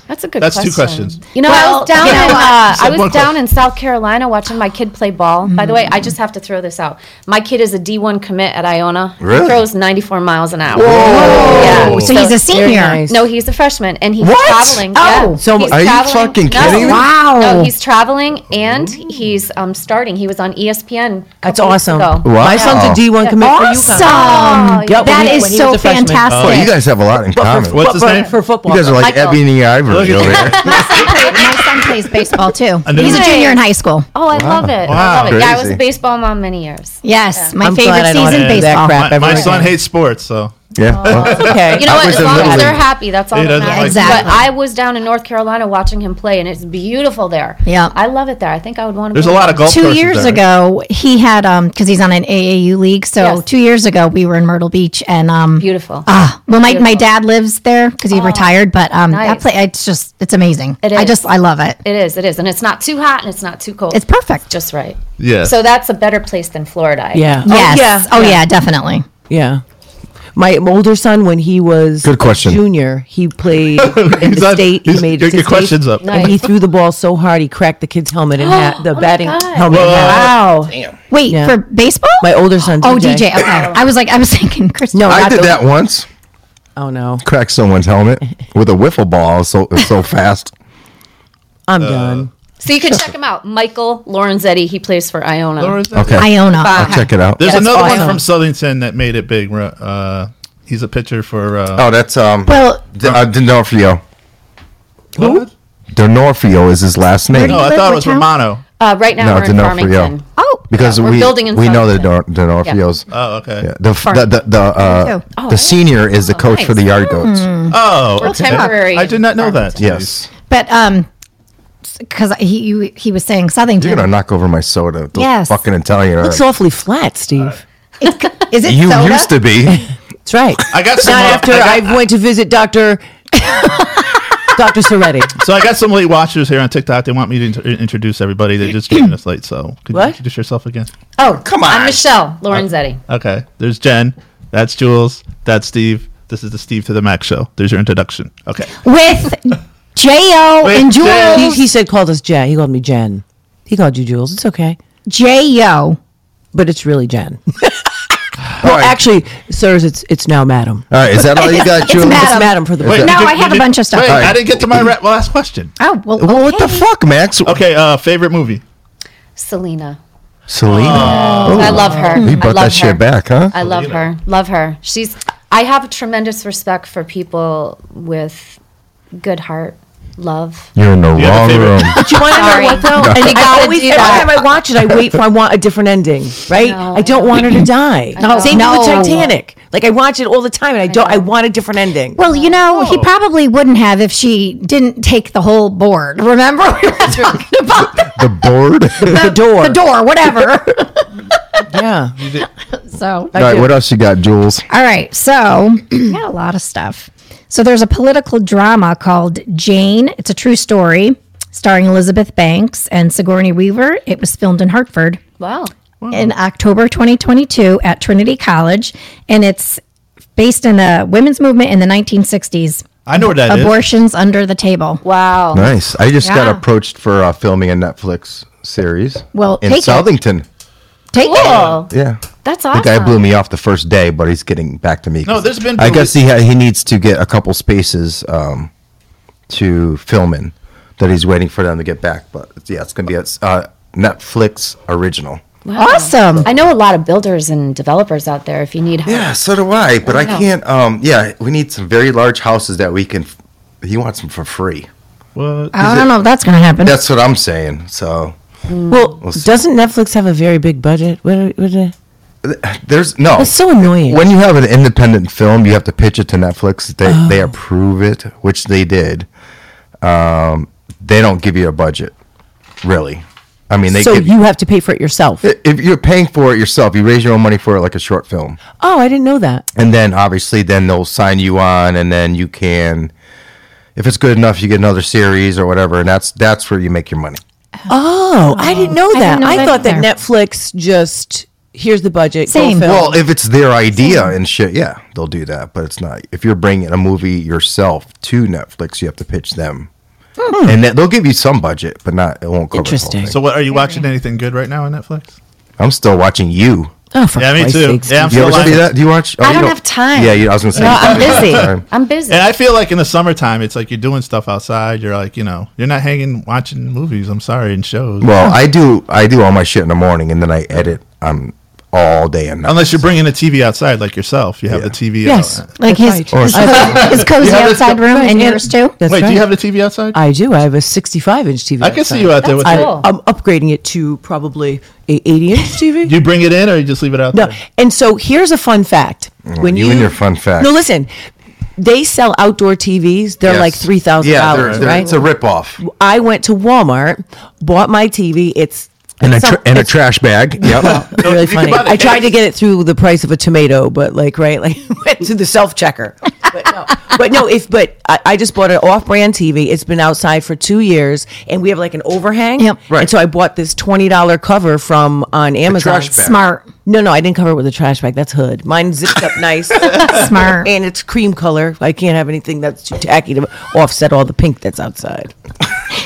That's a good. That's question. two questions. You know, I was down. you know in, uh, I One was question. down in South Carolina watching my kid play ball. By the way, Mm. I just have to throw this out. My kid is a D1 commit at Iona. Really? He throws 94 miles an hour. Oh. Yeah. So he's a senior. nice. No, he's a freshman, and he's What? traveling. Oh. yeah. So He's are you traveling. fucking kidding no. me? Wow. No, he's traveling, and he's um, starting. He was on ESPN. a That's couple weeks awesome. ago. Oh, My son's Wow. a D one commit for Awesome. UConn. yeah, Um, when that he- is when he so was a freshman. fantastic. Oh, you guys have a lot in common. What's his But name? for football. You guys are like Michael. Ebony and Ivory Look over at here. My son plays baseball too. then- He's a junior in high school. Oh, I love it. Wow. I love it. Yeah, I was Crazy. a baseball mom many years. Yes, my I'm glad favorite I don't have season to do that baseball. crap. My, my Every son day. hates sports, so Yeah. well, Okay. You know I what? was As in long Little as they're League. happy, that's all It that doesn't matters. like- But I was down in North Carolina watching him play, and it's beautiful there. Yeah. I love it there. I think I would want to. there's a lot of golf. Two courses years there. ago, he had um because he's on an AAU league. So Yes. two years ago, we were in Myrtle Beach, and um, Beautiful. ah, well, my, my dad lives there because Ah, he retired, but um, that nice. play it's just it's amazing. It I is. just I love it. It is. It is, and it's not too hot and it's not too cold. It's perfect. just right. Yeah. So that's a better place than Florida. I Yeah. yes. Oh, yeah. Oh yeah, definitely. Yeah. My older son, when he was Good question. a junior, he played in He's the on- state. He he's- made it your- to your state, question's up. and he Nice. threw the ball so hard he cracked the kid's helmet and hat, the Oh my batting God. helmet. And hat. Wow. Wait Yeah. for baseball? My older son. oh DJ. Okay, I was like I was thinking Chris. No, I not did the- that once. Oh no, Cracked someone's helmet with a wiffle ball so so fast. I'm Uh, done. So you can check him out, Michael Lorenzetti. He plays for Iona. Okay. Iona. Bye. Okay. Check it out. There's That's another one awesome. from Southington that made it big. Uh, he's a pitcher for. Uh, Oh, that's um. Well, D- uh, D'Onofrio. who? D'Onofrio is his last name. No, you I live? thought What it was town? Romano. Uh, right now No, we're in D'Onofrio. Farmington. oh, because Yeah, we're we building in we know the Dor- Southampton. D'Onofrios. Oh, okay. Yeah, the f- Farm. the the, the, uh, too. Oh, the senior is the oh, coach for the nice. Yard Mm. Goats. Oh, We're okay. temporary I did not know that. Farmington. Yes, but um, because he you, he was saying Southington. you're gonna knock over my soda. Those Yes. fucking Italian. Are, Looks awfully flat, Steve. Is it you soda? used to be. That's right. I got some. Not uh, after I got- I went to visit Doctor Doctor Soretti. So I got some late watchers here on TikTok. They want me to in- introduce everybody. They just joined us late. So could What? you introduce yourself again? Oh, come on. I'm Michelle Lorenzetti. Okay. There's Jen. That's Jules. That's Steve. This is the Steve to the Max show. There's your introduction. Okay. with Jo With and Jules. J.O. He, he said called us Jen. He called me Jen. He called you Jules. It's okay. J Yo. but it's really Jen. all right. Actually, sirs, it's it's now Madam. all right. Is that all you got, Julie? Matt. It's Madam. Madam for the Wait, book. No, did you- I have did a you- bunch of stuff. Wait, All right. I didn't get to my ra- last question. Oh well. Well, what the okay. fuck, Max? Okay, uh, favorite movie. Selena. Selena. Uh, Oh, I love her. You I brought love that shit her. back, huh? I love her. Love her. She's. I have tremendous respect for people with good heart, love. You're in the have a wrong favorite? room. Do you want to know Sorry. what though? No. And You I gotta always, do every that. time I watch it, I wait for I want a different ending, right? know, I don't I want her to die. know. Same No. thing with Titanic. Like I watch it all the time, and I don't. I, want a different ending. Well, you know, Oh. he probably wouldn't have if she didn't take the whole board. Remember we were talking about the, The board. the door. the door, whatever. Yeah. so All right, what else you got, Jules? All right, so got a lot of stuff. So there's a political drama called Jane. It's a true story, starring Elizabeth Banks and Sigourney Weaver. It was filmed in Hartford Wow. in October 2022 at Trinity College, and it's based in the women's movement in the 1960s. I know what that is. Abortions under the table. Wow. Nice. I just got Yeah. approached for uh, filming a Netflix series. Well, in take it. Southington. Take it. Cool. Yeah. That's The guy awesome. blew me off the first day, but he's getting back to me. 'cause No, there's been- I guess he ha- he needs to get a couple spaces um, to film in that he's waiting for them to get back. But yeah, it's gonna be a s- uh, Netflix original. Awesome. I know a lot of builders and developers out there. If you need help, Yeah, so do I. But I know. can't. Um, yeah, we need some very large houses that we can. F- he wants them for free. What? I don't know if that's going to happen. That's what I'm saying. So Well, doesn't Netflix have a very big budget? What, are- what, are- there's no. it's so annoying. When you have an independent film, you have to pitch it to Netflix. They Oh. they approve it, which they did. Um, they don't give you a budget, really. I mean, they so give, you have to pay for it yourself. if you're paying for it yourself, you raise your own money for it, like a short film, oh, I didn't know that. and then obviously then they'll sign you on, and then you can, if it's good enough, you get another series or whatever, and that's that's where you make your money. Oh, I didn't know I didn't that. I, know that thought either. that Netflix just here's the budget. Same. Go film. Well, if it's their idea and shit, yeah, they'll do that. But it's not. If you're bringing a movie yourself to Netflix, you have to pitch them, and that, they'll give you some budget, but not. It won't cover. The Hmm. Interesting. whole thing. So, what are you watching? Anything good right now on Netflix? I'm still watching you. oh, for Yeah, me Christ's too. sakes. Yeah, I'm Do you still ever see watching. that? Do you watch? oh, I you don't have time. Yeah, you, I was gonna say. No, I'm you don't have busy. time. I'm busy. And I feel like in the summertime, it's like you're doing stuff outside. You're like, you know, you're not hanging, watching movies. I'm sorry, and shows. Well, I do. I do all my shit in the morning, and then I edit. I'm all day and night. Unless you're bringing a TV outside, like yourself, you have Yeah. the TV. Yes. Out. like That's his, right. his, cozy, his cozy Yeah, that's- outside room Right, and yeah. yours too. That's Wait, right. do you have the TV outside? I do. I have a 65 inch TV. I can see you out there with I, That's your- cool. I'm upgrading it to probably a 80 inch TV. Do you bring it in or you just leave it out No, there? and so here's a fun fact. When you and your fun facts. No, listen. They sell outdoor TVs. They're Yes. like three thousand Yeah, they're- dollars, they're- right? It's a ripoff. I went to Walmart, bought my TV. It's And a it's tr- some- and a it's trash bag. Yep. really you can funny. buy the I tried to case. get it through the price of a tomato, but like right, like went to the self checker. But no, but no, if but I, I just bought an off-brand TV. It's been outside for two years, and we have like an overhang. Yep. Right. And so I bought this twenty dollar cover from on Amazon. trash bag. Smart, No, no, I didn't cover it with a trash bag. That's hood. Mine zipped up nice. smart. and it's cream color. I can't have anything that's too tacky to offset all the pink that's outside.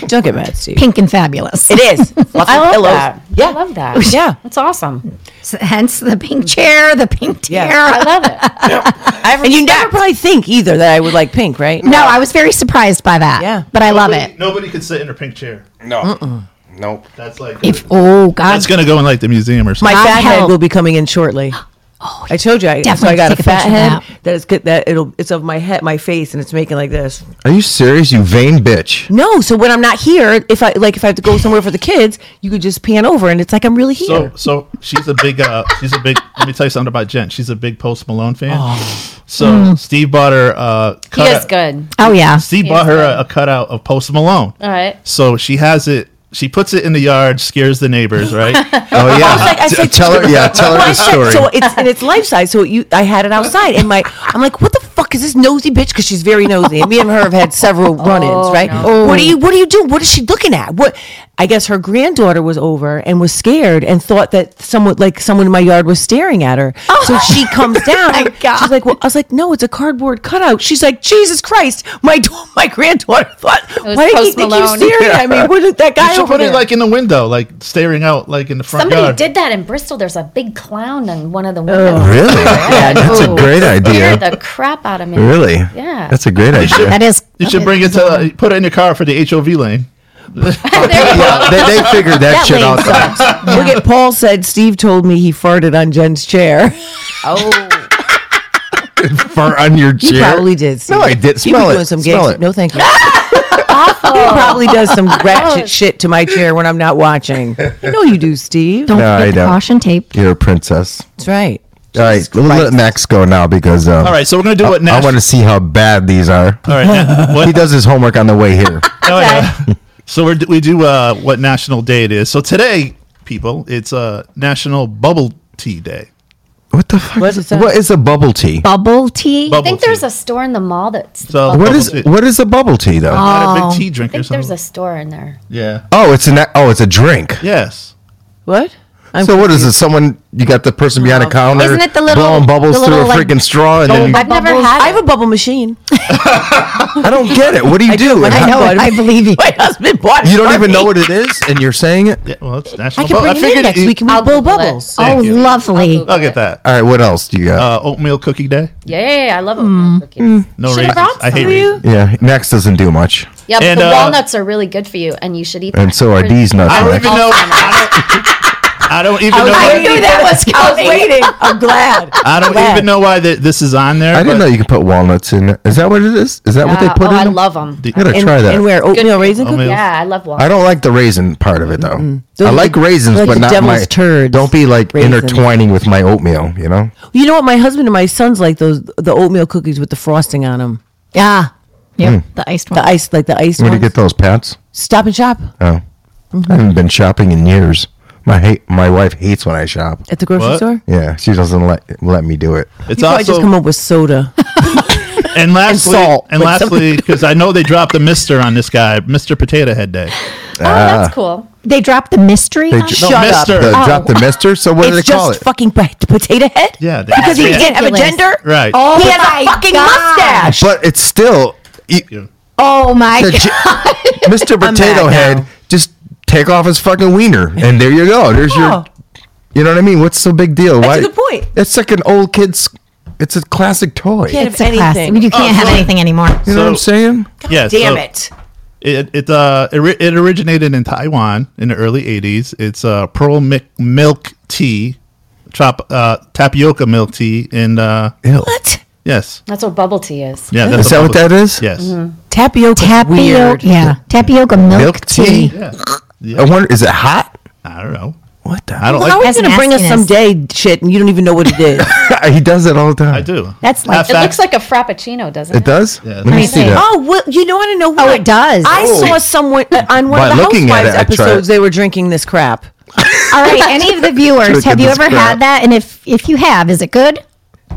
Don't get mad, Steve. Pink and fabulous. It is. Lots I of love pillows. that. I love that. Yeah. That's awesome. Hence the pink chair, the pink Yeah. tiara. I love it. And you never probably think either that I would like pink, right? No, I was very surprised by that. Yeah. But I love Nobody- it. Nobody could sit in her pink chair. No. Nope. That's like If oh god, that's gonna go in like the museum or My something. God fat head help. will be coming in shortly. I told you, I, so Definitely I got Oh, a take a picture fat of head that. that is good. That it'll it's of my head, my face, and it's making like this. Are you serious? You vain bitch. No, so when I'm not here, if I like, if I have to go somewhere for the kids, you could just pan over, and it's like I'm really here. So so she's a big uh she's a big let me tell you something about Jen. She's a big Post Malone fan. So Steve bought her uh He cut is good. oh yeah, Steve He bought is her a, a cutout of Post Malone. All right. So she has it she puts it in the yard, scares the neighbors, right? Oh yeah. like, I T- said- tell her. Yeah. Tell her Well, I the said- story. So it's and it's life size. So you, I had it outside, and my, I'm like, what the fuck is this nosy bitch? Because Oh, she's very nosy, and me and her have had several run-ins, right? What are you, what are you doing? What is she looking at? What? I guess her granddaughter was over and was scared and thought that someone like someone in my yard was staring at her. Oh, So she comes down. My God. She's like, "Well," I was like, "No, it's a cardboard cutout." She's like, "Jesus Christ!" My da- my granddaughter thought, was "Why did he Post think you Malone." staring at me? What did that You guy should over put there?" it like in the window, like staring out, like in the front Somebody yard. did that in Bristol. There's a big clown on one of the windows. Really? Yeah, That's a ooh, great idea. Scared the crap out of me. Really? Yeah. That's a great idea. That is. You should bring it to uh, put it in your car for the HOV lane. There you go. they, they figured that, That shit out. lane sucks. Look at Paul said. Steve told me he farted on Jen's chair. Oh, Fart on your He chair. probably did. Steve. No, I did. He was Smell it. doing some gay Smell shit. it. No, thank you. He probably does some ratchet shit to my chair when I'm not watching. You know you do, Steve. Don't No, I forget the don't. caution tape. You're a princess. That's right. All right, we'll let Max go now because. Um, All right, so we're gonna do what I Nash. want to see how bad these are. All right, na- He what, does his homework on the way here. no, yeah. So we're, we do uh, what national day it is. So today, people, it's uh, National Bubble Tea Day. What the fuck? What is that? What is a bubble tea? Bubble tea. I think there's a store in the mall that's. So- I What bubble is tea. what is a bubble tea though? not a big tea drinker. think So there's a store in there. yeah. oh, it's an oh, it's a drink. Yes. What? I'm So what is it? Someone you got the person behind a counter Isn't it the little- blowing bubbles the through little, a like, freaking straw and then you, I've never had. I it. have a bubble machine. I don't get it. What do you do? My I know. husband- I believe you. My husband bought it You don't for even me. know what it is, and you're saying it. Yeah. Well, it's I National. can Bubble- bring it in next week and we I'll blow Google it. bubbles. Oh, Thank you. lovely. Google I'll get that. All right, what else do you got? Uh, oatmeal cookie day. Yeah, yeah, yeah, I love Mm. oatmeal cookies. No Should've raisins. brought I hate some. raisins. yeah, Max doesn't do much, Yeah, but And, the uh, walnuts are really good for you, and you should eat. and them. so are They're- these nuts. I don't Max. even know. I don't, I don't even know. I why- knew that was coming. I was waiting. I'm glad. I don't Glad. even know why th- this is on there. I didn't but- know you could put walnuts in. it. Is that what it is? Is that what they Uh, put oh, in? I them? love them. You gotta And, try that. and where oatmeal raisin Oatmeal. cookies? Yeah, I love I walnuts. don't like the raisin part of it though. Those I are like the- raisins, they're like but the not devil's my. turds. Don't be like Raisin. intertwining with my oatmeal. You know. You know what? My husband and my sons like those the oatmeal cookies with the frosting on them. Yeah. Yep. Hmm. The iced one. The ice, like the ice Where do ones. you get those pats? Stop and shop Oh, I haven't been shopping in years. My hate, my wife hates when I shop. at the grocery What? store. Yeah, she doesn't let let me do it. It's You probably just come also up with soda. and lastly salt, and like some- lastly because I know they dropped a Mister on this guy, Mister Potato Head Day. Ah. oh, that's cool. They dropped the mystery. They on ju- it? No, Shut up. Mister. The drop the mister. So what do they Oh. it's call just it? fucking pot- potato head. Yeah, they- because he Yeah. didn't have a Ridiculous. gender. Right. Oh He has my a fucking God. mustache. But it's still you- Oh my the god. j- Mr. Potato mad Head. now. Just take off his fucking wiener, and there you go. There's Oh. your. You know what I mean? What's so big deal? That's a good point. It's like an old kid's. It's a classic toy. Can't It's have a classic. anything. You can't have so- anything anymore. You know what I'm So- saying? Yeah, Damn so it. It it uh it, ri- it originated in Taiwan in the early '80s. It's uh, pearl mi- milk tea, chop uh, tapioca milk tea, and uh, What? yes, That's what bubble tea is. yeah, that's Is that what bubble- that is? Yes, Mm-hmm. Tapioca. Tapioca. Weird. Yeah. Tapioca milk, Milk tea. tea. I wonder, is it hot? I don't know. What the? I don't How are like. you That's going to bring us some day shit and you don't even know what it is? he does it all the time. I do. That's like- Half It fat- looks like a frappuccino, doesn't it? It does. Yeah. Let me see Amazing. that. oh, well, you know, I don't know what. it does. I Oh. saw someone uh, on one By of the looking at it, Housewives I tried- episodes, they were drinking this crap. All right, any of the viewers, Look at have you this ever had crap. that? And if if you have, is it good?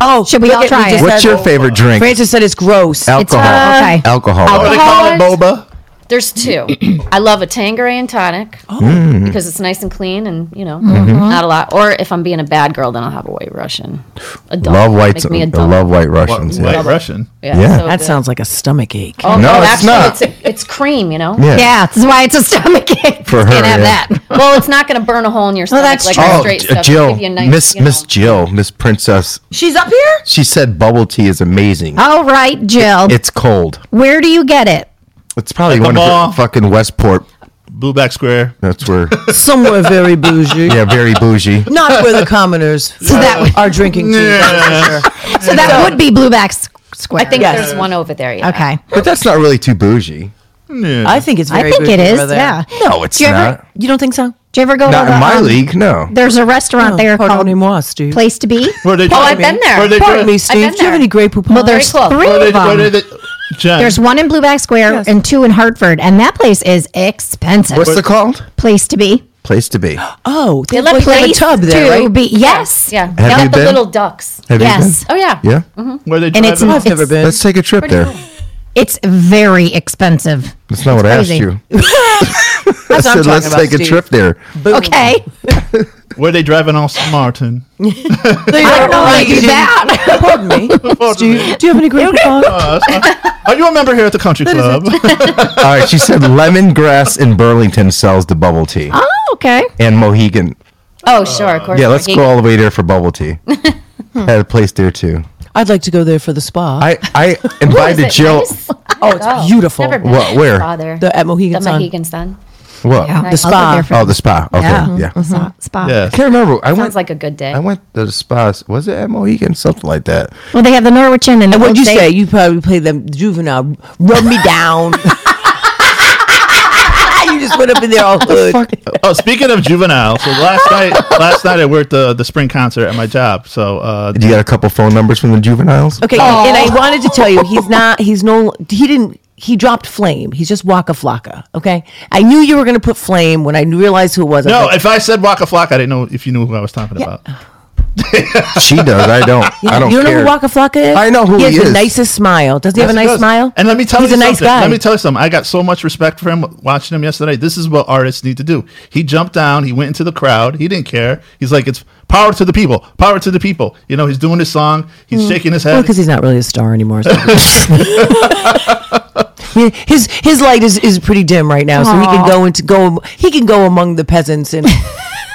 Oh, Should we look all at- try just it? What's said- your favorite drink? Francis said it's gross. It's alcohol. uh, okay. alcohol. What do they alcohol. call it? Boba. There's two. I love a Tangeray and tonic Mm. because it's nice and clean and, you know, Mm-hmm. not a lot. Or if I'm being a bad girl, then I'll have a white Russian. A double. Love white. Make me a I double. love white Russians. White yeah. Russian. Yeah. Yeah. so That good. sounds like a stomach ache. Oh, No, it's actually, not. It's, it's cream, you know? Yeah. Yeah, that's why it's a stomach ache. For her, Can't have yeah. that. Well, it's not going to burn a hole in your stomach that's like true. our Oh, straight J- stuff. Jill, It'll give you a nice, Miss you know. Miss Jill, Miss Princess. She's up here? She said bubble tea is amazing. All right, Jill. It's cold. where do you get it? It's probably At the one mall. of the fucking Westport. Blueback Square. That's where. Somewhere very bougie. yeah, very bougie. Not where the commoners that- are drinking tea. Yeah. So that would be Blueback S- Square. I think Yes. there's one over there. Yeah. Okay. But that's not really too bougie. I think it's I very think it bougie is. over there. Yeah. No, it's Do you ever- not. You don't think so? Do you ever go Not to in the, my um, league. No. There's a Oh, restaurant there called moi, Steve. Place to Be. Where they Oh, drop- I've been there. Where they Pardon drop- me, Steve. been Do you have there. any great poupon? Well, there's cool. three Well, Where of they- where them. they- Jen, There's one in Blueback Square Yes. and two in Hartford, and that place is expensive. What's it called? place to Be? Place to be. oh, they, let like have a place tub there, to right? Be. Yes. Yeah. Have They you have the been? little ducks. Have Yes. you Oh, yeah. been? Yeah. where they And drive it's in- I've never been. Let's take a trip there. It's very expensive. That's not what I asked crazy. you. That's what I'm I said, talking let's about. take a Steve. trip there. Boom. Okay. Where they driving on Martin? I don't know how to do Right. that. Pardon me. Steve, do you have any great thoughts? Are Oh, you a member here at the country club? All right, she said lemongrass in Burlington sells the bubble tea Oh, okay. and Mohegan. Oh, sure, of course. Yeah, let's He- go all the way there for bubble tea. Had a place there too. I'd like to go there for the spa. I I invited it Jill. nice? oh, it's beautiful. Never been What- to where? Father. The- at Mohegan The Sun. Mohegan Sun. What? Yeah, Mm-hmm. I'll go spa. Mm-hmm. there for Uh-huh. Oh, the spa. Okay, yeah. spa- spa. I can't remember. I went Sounds like a good day. I went to the spa. Was it at Mohegan? Something like that. Well, they have the Norwichen and, And what'd you Old say? State. You probably played them juvenile. Rub me down. you just went up in there all hood. oh, speaking of juvenile, so last night, last night I worked uh, the the spring concert at my job. So uh, You got a couple phone numbers from the juveniles? Okay, and I wanted to tell you, he's not. He's no. He didn't. He dropped flame. He's just Waka Flocka. Okay, I knew you were going to put flame when I realized who it was. I was no, like, if I said Waka Flocka, I didn't know if you knew who I was talking about. She does. I don't. I don't. you don't care. know who Waka Flocka is? I know who he has is. The nicest smile. Does he have a Yes, nice he does. smile? And let me tell he's you, a nice something. guy. Let me tell you something. I got so much respect for him watching him yesterday. This is what artists need to do. He jumped down. He went into the crowd. He didn't care. He's like, it's power to the people. Power to the people. You know, he's doing his song. He's shaking his head. because Hmm. he's not really a star anymore. so- Yeah, his his light is, is pretty dim right now, so he can go into go he can go among the peasants and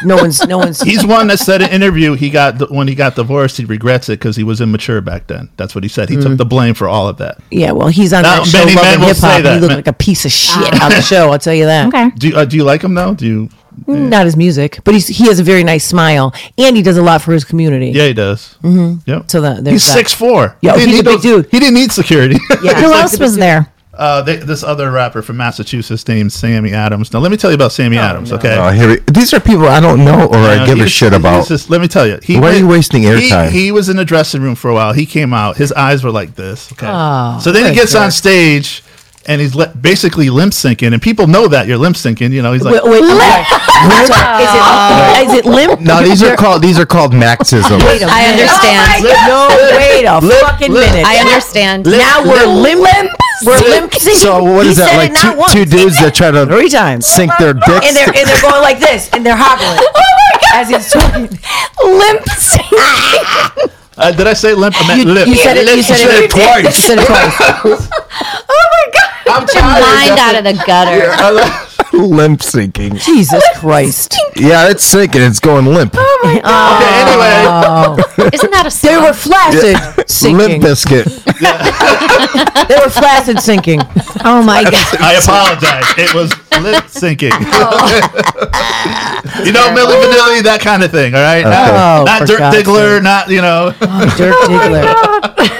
no one's no one's He's one that said in an interview he got when he got divorced he regrets it because he was immature back then. That's what he said. He Hmm. took the blame for all of that. yeah. Well, he's on Now, that show many men Love and will Hip say Hop. and He that. Ah. looked Ma- like a piece of shit on the show. I'll tell you that. Mm. Okay. Do you, uh, do you like him though? Do you? Not his music, but he's he has a very nice smile, and he does a lot for his community. Yeah, he does. Mm-hmm. Yep. So that- there's he's that. six four. Yeah, he's a big dude. He didn't need security. Yeah. Who else was there? uh, they, this other rapper from Massachusetts named Sammy Adams. Now let me tell you about Sammy Adams. Okay. Oh, here we, these are people I don't know or You know, I give he a was- shit he about. was just- let me tell you. He Why are went- you wasting he- airtime? He, was in the dressing room for a while. He came out. His eyes were like this. Okay. Oh, so then he gets on stage and he's le- basically limp syncing, and people know that you're limp syncing. You know, he's like, Wait, wait, I'm sorry. I'm sorry. Is it is it limp? no, these are called these are called maxisms. I Oh understand. No, wait a fucking minute. I understand. now we're limp. We're limp. so what He is that said like? it not Two, once. two dudes that try to three times. sink their dicks. and they're and they're going like this, and they're hobbling. oh my god! As he's talking, Limp. Bizkit. uh, did I say limp? I meant limp. you said it. You said it You twice. said it twice. I'm tired. Mind out of the gutter. I love- limp sinking. Jesus Christ! Yeah, it's sinking. It's going limp. Oh Okay, anyway, Isn't that a They song? were flaccid Limp sinking. biscuit. They were flaccid sinking. Oh my god. I apologize. It was lip syncing. Oh. you know, Millie Vanilli, that kind of thing. All right, not, Oh, not for Dirk God's Oh. Diggler, not you know. Dirk Diggler.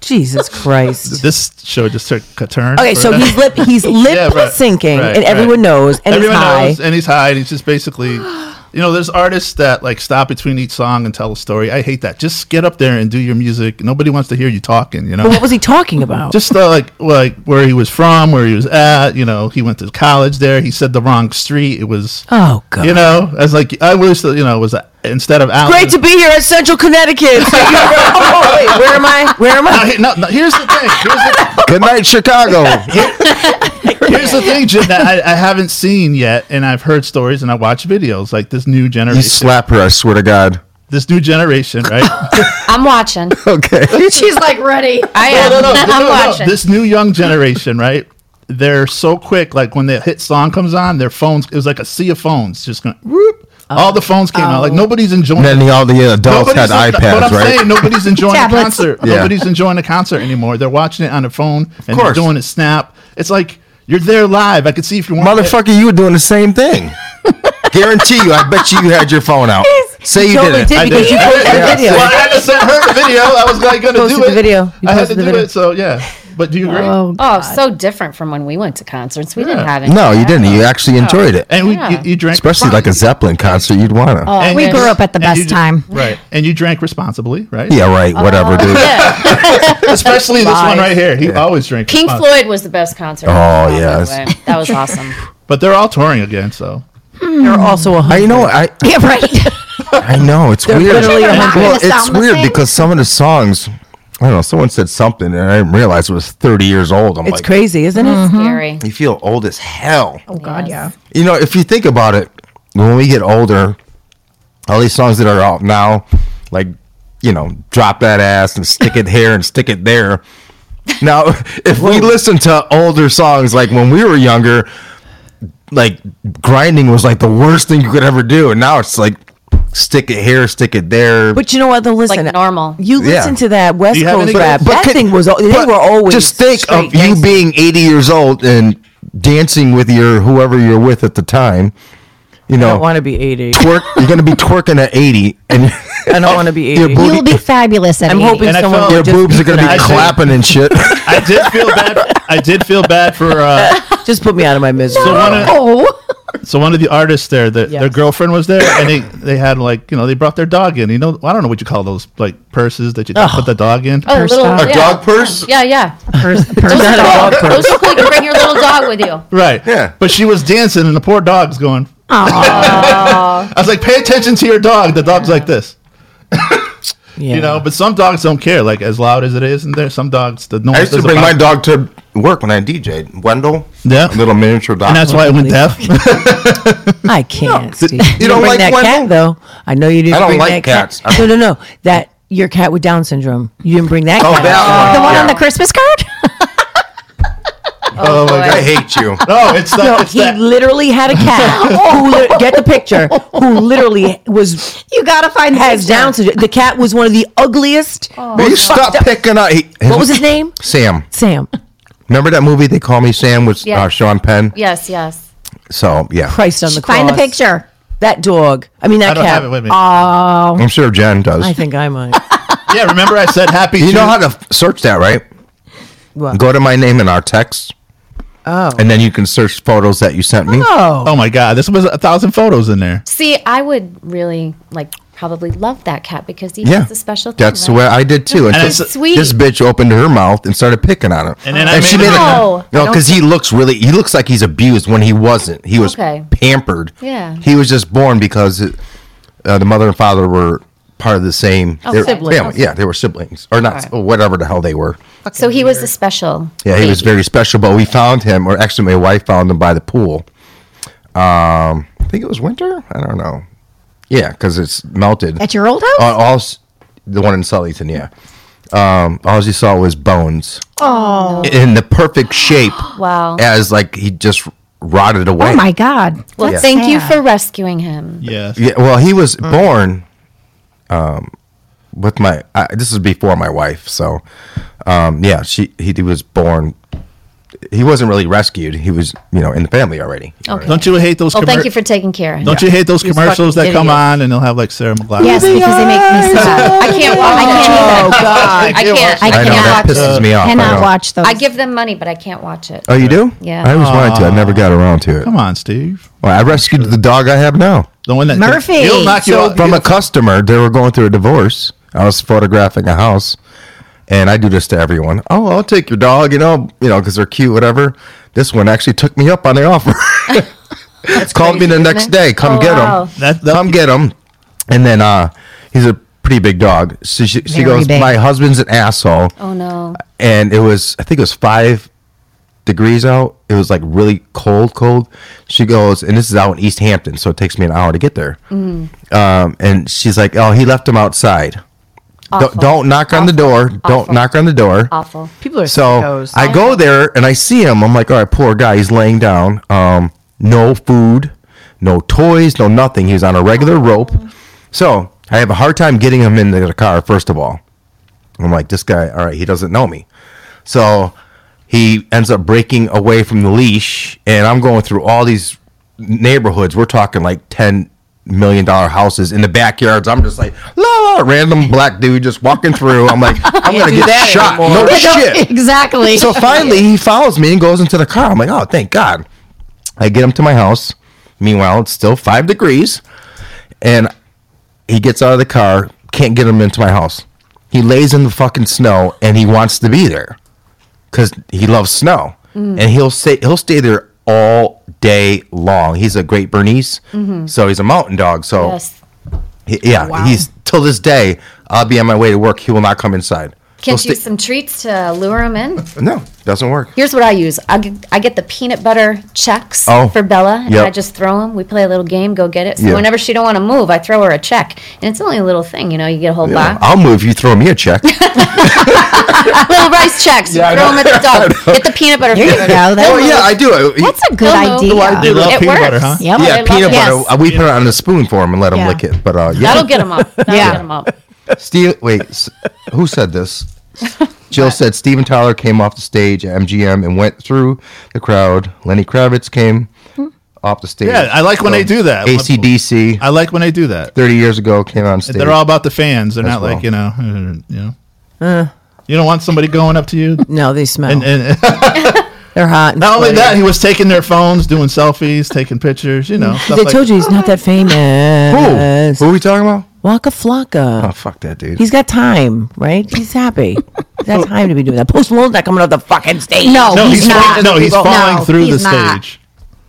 Jesus Christ. this show just took a turn. Okay, so for- he's lip he's lip Yeah, right, syncing, right, and everyone right. knows, and Everyone he's high. knows, and he's high, and he's just basically, you know, there's artists that like stop between each song and tell a story. I hate that. Just get up there and do your music. Nobody wants to hear you talking. You know, What was he talking about? just uh, like like where he was from, where he was at. You know, he went to college there. He said the wrong street. It was, oh God. you know, as like I wish that you know it was uh, instead of Allen. Great to be here at Central Connecticut. So you- oh, wait, where am I? Where am Now, I? he- no, no, here's the thing. Here's the, Good night, Chicago. here's the thing, Jim, that I, I haven't seen yet, and I've heard stories and I watch videos like this new You generation. slap her. I swear to God. this new generation, right? I'm watching. Okay. She's like ready. I am. no, no, no, I'm no, no. watching. This new young generation, right? They're so quick. Like when the hit song comes on, their phones. It was like a sea of phones, just going. Whoop, all the phones came out. Like nobody's enjoying. Then it. the, all the adults Nobody's had but I'm iPads, right? saying nobody's enjoying the Tablets. concert. Yeah. Nobody's enjoying the concert anymore. They're watching it on their phone and they're course. doing a snap. It's like you're there live. I could see if you want. Motherfucker, you were doing the same thing. Guarantee you. I bet you you had your phone out. Say you totally didn't. did I because did. you I posted did. the video. Well, I had to send her the video. I was like going to Posted do it. the video. You I had to posted do the video. it. So yeah. But do you agree? Oh, so different from when we went to concerts. We didn't have it. No, you didn't. You actually Oh. enjoyed it. and we, Yeah. you, you drank Especially like a Zeppelin concert, you'd wanna. Oh. And- we and- grew up at the and you best dr- time. Right. And you drank responsibly, right? Yeah, right. Oh, Whatever, dude. Oh. Especially this one Lies. right here. He always drinks. Pink responsibly. Floyd was the best concert. Oh, by the yes. way. that was awesome. But they're all touring again, so. You're also a I, hundred. you know, I Yeah, right. I know it's They're weird. literally a hundred. well, Gonna it's sound the weird same. because some of the songs I don't know. Someone said something, and I didn't realize it was 30 years old. I'm It's like, crazy, isn't it? Mm-hmm. Scary. you feel old as hell. Oh God, yeah. You know, if you think about it, when we get older, all these songs that are out now, like, you know, drop that ass and stick it here and stick it there. Now, if we listen to older songs, like when we were younger, like grinding was like the worst thing you could ever do. And now it's like stick it here, stick it there. But you know what? Though listen, normal. You Yeah. listen to that West you have Coast any- rap. But that could- thing was. They but were always Just think of straight you gangsta. being 80 years old and dancing with your whoever you're with at the time. You I know, don't want to be eighty. twerk. You're going to be twerking at 80, and I don't want to be eighty. booty- You'll be fabulous at I'm 80. hoping And I someone felt- would your just boobs are going to be euthanize me. clapping and shit. I did feel bad. I did feel bad for uh, Just put me out of my misery. so one of Oh, so one of the artists there. The, Their Yes. girlfriend was there, and they they had like you know they brought their dog in. You know I don't know what you call those like purses that you put the dog in. Oh, little dog. A yeah. dog purse? Yeah, yeah. Pers- pers- Not a dog purse. Those look like you bring your little dog with you. Right. Yeah. But she was dancing, and the poor dog's going. I was like, pay attention to your dog. The dog's like this. Yeah. You know, but some dogs don't care. Like as loud as it is in there, some dogs the noise. I used to doesn't bring my bother- dog to work when I DJ'd. Wendell, Yeah. a little miniature dog. and that's why I went deaf. I can't. Steve. you don't bring like that one- cat though. I know you didn't. I don't bring that like cat. cats. No, no, no. That your cat with Down syndrome. You didn't bring that. oh, cat. that the one. one on yeah. the Christmas card? Oh, boy. I hate you. no, it's not. No, it's he that. literally had a cat who lit- get the picture who literally was you gotta find Oh. has Down syndrome. The cat was one of the ugliest. Will you stop picking up? He, What was his name? Sam. Sam. Remember that movie? They call me Sam with Yeah. uh, Sean Penn. Yes, yes. So yeah, Christ on the cross. Find the picture. That dog. I mean that I don't cat. Oh, have it with me. I'm sure Jen does. I think I might. yeah, remember I said happy. You Tues- know how to f- search that, right? What? Go to my name in our text, Oh. and then you can search photos that you sent me. Oh. Oh my God, this was a thousand photos in there. See, I would really like probably love that cat because he Yeah, has a special thing. that's right? what I did too. And, And this, it's- Sweet. this bitch opened her mouth and started picking on him. And then I made it- No, I no, don't because he looks really. He looks like he's abused when he wasn't. He was Okay. pampered. Yeah. he was just born because it, uh, the mother and father were part of the same they were Oh, siblings. family. Yeah, they were siblings or not, Alright. or whatever the hell they were. So he was a special. Yeah, he was baby. very special. But we found him, or actually, my wife found him by the pool. Um, I think it was winter. I don't know. Yeah, because it's melted. Uh, At your old house? all, all s- the one in Sullyton. Yeah. Um, all you saw was bones. Oh. In the perfect shape. Wow. As like he just rotted away. Oh my God. Well, That's thank you sad. for rescuing him. Yes. Yeah. Well, he was Mm. born. Um, with my I, this is before my wife, so um, yeah, she he, he was born. He wasn't really rescued. He was you know in the family already. Okay. Don't you hate those? Well, commer- thank you for taking care. of him. Don't you hate those You're commercials that fucking come idiot. on and they'll have like Sarah McLachlan? Yes, because they make me sad. I can't. I can't. Oh God. I can't. I I know that cannot. watch pisses it. me off. I Cannot know. watch those. I give them money, but I can't watch it. Oh, you do? Yeah. I always wanted to. I never got around to it. Come on, Steve. Well, I rescued the dog I have now The one that Murphy. He'll knock you out. from a customer. They were going through a divorce. I was photographing a house, and I do this to everyone. Oh, I'll take your dog. You know, you know, because they're cute, whatever. This one actually took me up on the offer. Called me crazy, the isn't next it? day. Come Oh, get wow. him. That- that- Come get him. And then uh, he's a pretty big dog. So she, she Very goes, big. my husband's an asshole. Oh no. and it was I think it was five degrees out. It was like really cold, cold. She goes, and this is out in East Hampton, so it takes me an hour to get there. Mm. Um, and she's like, "Oh, he left him outside. Don't, Awful. don't knock on the door. Don't Awful. knock on the door." Awful. People are So sickos. I go there and I see him. I'm like, "All right, poor guy. He's laying down. Um, no food, no toys, no nothing. He's on a regular rope." So I have a hard time getting him into the car. First of all, I'm like, this guy, all right, he doesn't know me. So he ends up breaking away from the leash, and I'm going through all these neighborhoods. We're talking like ten million dollar houses in the backyards. I'm just like, la, la, random black dude just walking through. I'm like, I'm gonna do get that shot. anymore. No shit. exactly. So finally, he follows me and goes into the car. I'm like, oh, thank God. I get him to my house. Meanwhile, it's still five degrees. And he gets out of the car, can't get him into my house. He lays in the fucking snow and he wants to be there because he loves snow. Mm. And he'll stay, he'll stay there all day long. He's a great Bernese. So he's a mountain dog. So Mm-hmm. Yes. he- yeah, he's till this day. I'll be on my way to work. He will not come inside. Can't They'll you use stay- some treats to lure them in? No, doesn't work. Here's what I use. I get, I get the peanut butter checks Oh, for Bella, and yep. I just throw them. We play a little game, go get it. So Yeah. whenever she don't want to move, I throw her a check, and it's only a little thing, you know. You get a whole Yeah, box, I'll move. You throw me a check. oh little rice checks. You Yeah, I throw them know. at the dog. Get the peanut butter. There you flavor. go. That- Oh, yeah, I do. I- That's a good They'll idea. move. They love It peanut works. butter, huh? Yep. They yeah, love peanut it. butter. Yes. Uh, We put it on a spoon for him and let him Yeah. lick it. But uh, yeah, That'll get them up. That'll Yeah. get 'em up. Steve, wait, s- who said this? Jill said Steven Tyler came off the stage at MGM and went through the crowd. Lenny Kravitz came off the stage. Yeah, I like when they do that. ACDC, I like when they do that. 30 years ago, came on stage. They're all about the fans. They're As not well. like you know, you know. you don't want somebody going up to you. No, they smell. And, and They're hot. And not only sweaty. that, he was taking their phones, doing selfies, taking pictures. You know, stuff they like told you he's not that Who? famous. Who are we talking about? Waka Flocka. Oh, fuck that dude. He's got time, right? He's happy. He's got time to be doing that. Post Malone's not coming off the fucking stage. No, No, he's, he's, not. falling, no, he's falling No, through the he's not. stage.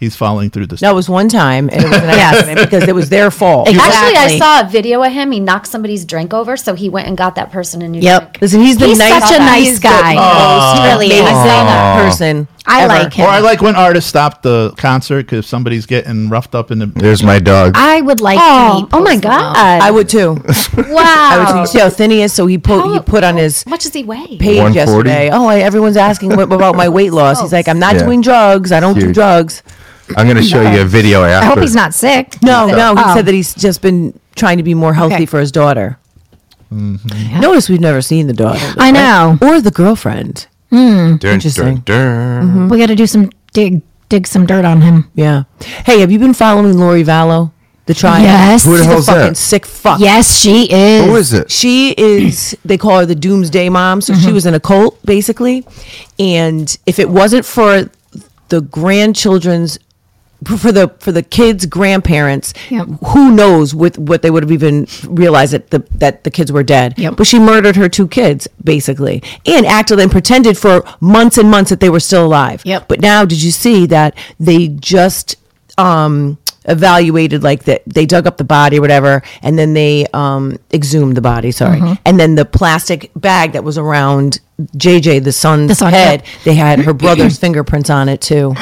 He's falling through the stage. That was one time, and it was an accident because it was their fault. Actually, I Exactly. saw a video of him. He knocked somebody's drink over, so he went and got that person a new Yep. drink. Listen, he's the He's Oh. nicest such a nice he's the guy. most He really amazing is. person. I ever. like him. Or I like when artists stop the concert because somebody's getting roughed up in the. There's my dog. I would like to Oh, meet. oh my Post Malone. god! I would too. I Oh. would too. wow. You see how thin he is? So he put he put on his How much does he weigh? page 140? yesterday. Oh, I, everyone's asking what, about my weight loss. He's like, I'm not Yeah. doing drugs. I don't do Huge. drugs. I'm going to show you a video after. I hope he's not sick. No, no. He Oh. said that he's just been trying to be more healthy Okay. for his daughter. Mm-hmm. Notice we've never seen the daughter I know. or the girlfriend. Dun, Interesting. dun, dun. We got to do some dig dig some dirt on him. Yeah. Hey, have you been following Lori Vallow? The trial. Yes. Who the She's hell's a that? fucking sick fuck. Yes, she is. Who is it? She is, they call her the doomsday mom. So she was in a cult, basically. And if it wasn't for the grandchildren's, for the for the kids' grandparents, Yep. who knows what, what they would have even realized that the that the kids were dead. Yep. But she murdered her two kids, basically, and acted and pretended for months and months that they were still alive. Yep. But now, did you see that they just um, evaluated, like that they dug up the body, or whatever, and then they um, exhumed the body. Sorry, Mm-hmm. and then the plastic bag that was around JJ, the son's The son, head, yep. they had her brother's fingerprints on it too.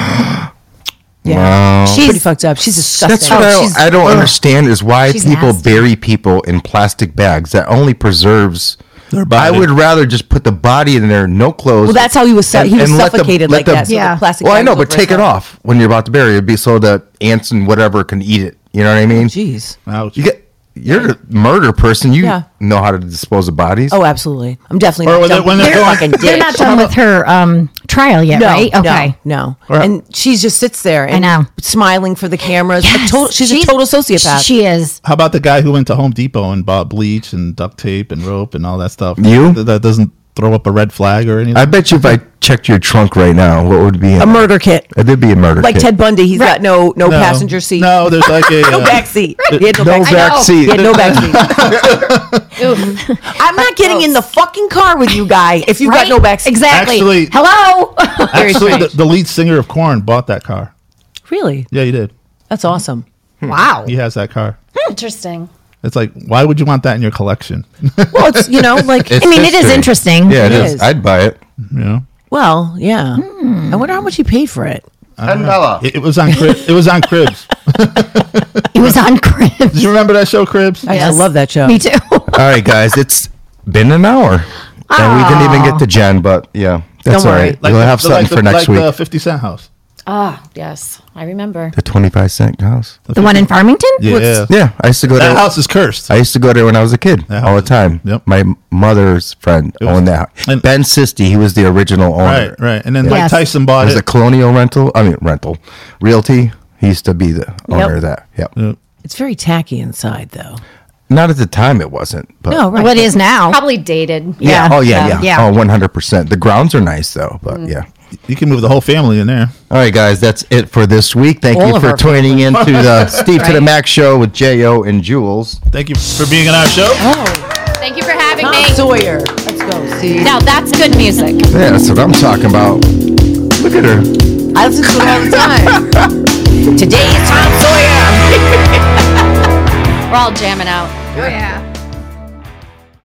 Yeah, she's pretty fucked up. Oh, She's disgusting. That's what I don't- I, don't understand is why She's people nasty. bury people in plastic bags. That only preserves Their body. I would rather just put the body in there, no clothes. Well, that's how he was. Su- he was let the- suffocated let like the- that. So Yeah. The plastic Well, I bag know, was but over take his it head. off when you're about to bury it. It'd be so that ants and whatever can eat it. You know what I mean? Jeez. Ouch. You get you're a murder person. You Yeah. know how to dispose of bodies. Oh, absolutely. I'm definitely. Or not when they- jumping in when they're the going- fucking They're ditch. not done with her um, trial yet, No, right? no, Okay. No, Or- and she just sits there. And know. Smiling for the cameras. A total- she's, She's- a total sociopath. She is. How about the guy who went to Home Depot and bought bleach and duct tape and rope and all that stuff? You? That, that doesn't throw up a red flag or anything. I bet you if I checked your trunk right now, what would be in a murder kit, It would be a murder. like kit. Ted Bundy. He's got no no, passenger seat. No, there's like a No uh, back seat. He had no, No back, back seat. seat. He had no back seat. I'm not getting in the fucking car with you, guy. If you Right? have got no back seat, Exactly. Actually- Hello. Actually, the, the lead singer of Korn bought that car. Really, Yeah, he did. that's awesome. wow. He has that car. Interesting. It's like, why would you want that in your collection? Well, it's you know like It's I mean, it is history. interesting. Yeah, It it is. is. I'd buy it. you know, well, yeah. I wonder how much he paid for it. Ten dollar. it, it was on Crib, it was on Cribs. It was on Do Cribs. you remember that show, Cribs? I, I love that show. Me too. All right, guys, it's been an hour, and we didn't even get to Jen, but yeah, that's Don't all worry. right. we'll the- have the- something like the- for next like week. The The, Fifty Cent House. Ah, yes, I remember. twenty-five cent house. the one in Farmington? Yeah, Yeah, I used to go that there. house is cursed. I used to go there when I was a kid That all the house- time. yep. My mother's friend was- owned that. house. and- ben Sisti, he was the original owner. Right, right. And then Mike Yes. Tyson It bought was it. a colonial rental. I mean, rental realty. He used to be the owner of that. Yep. It's very tacky inside, though. Not at the time, it wasn't. But No, right. Well, it is now. Probably dated. Yeah. Oh yeah, yeah. Yeah. Oh, one hundred percent. The grounds are nice though, but yeah. you can move the whole family in there. All right, guys, that's it for this week. Thank All you of for our tuning in to the Steve to the Max show with J.O. and Jules. Thank you for being on our show. Thank you for having Tom me. Sawyer. Let's go, Steve. Now that's good music. Yeah, that's what I'm talking about. Look at her. I listen to it all the time. Today is Tom Sawyer. We're all jamming out. yeah.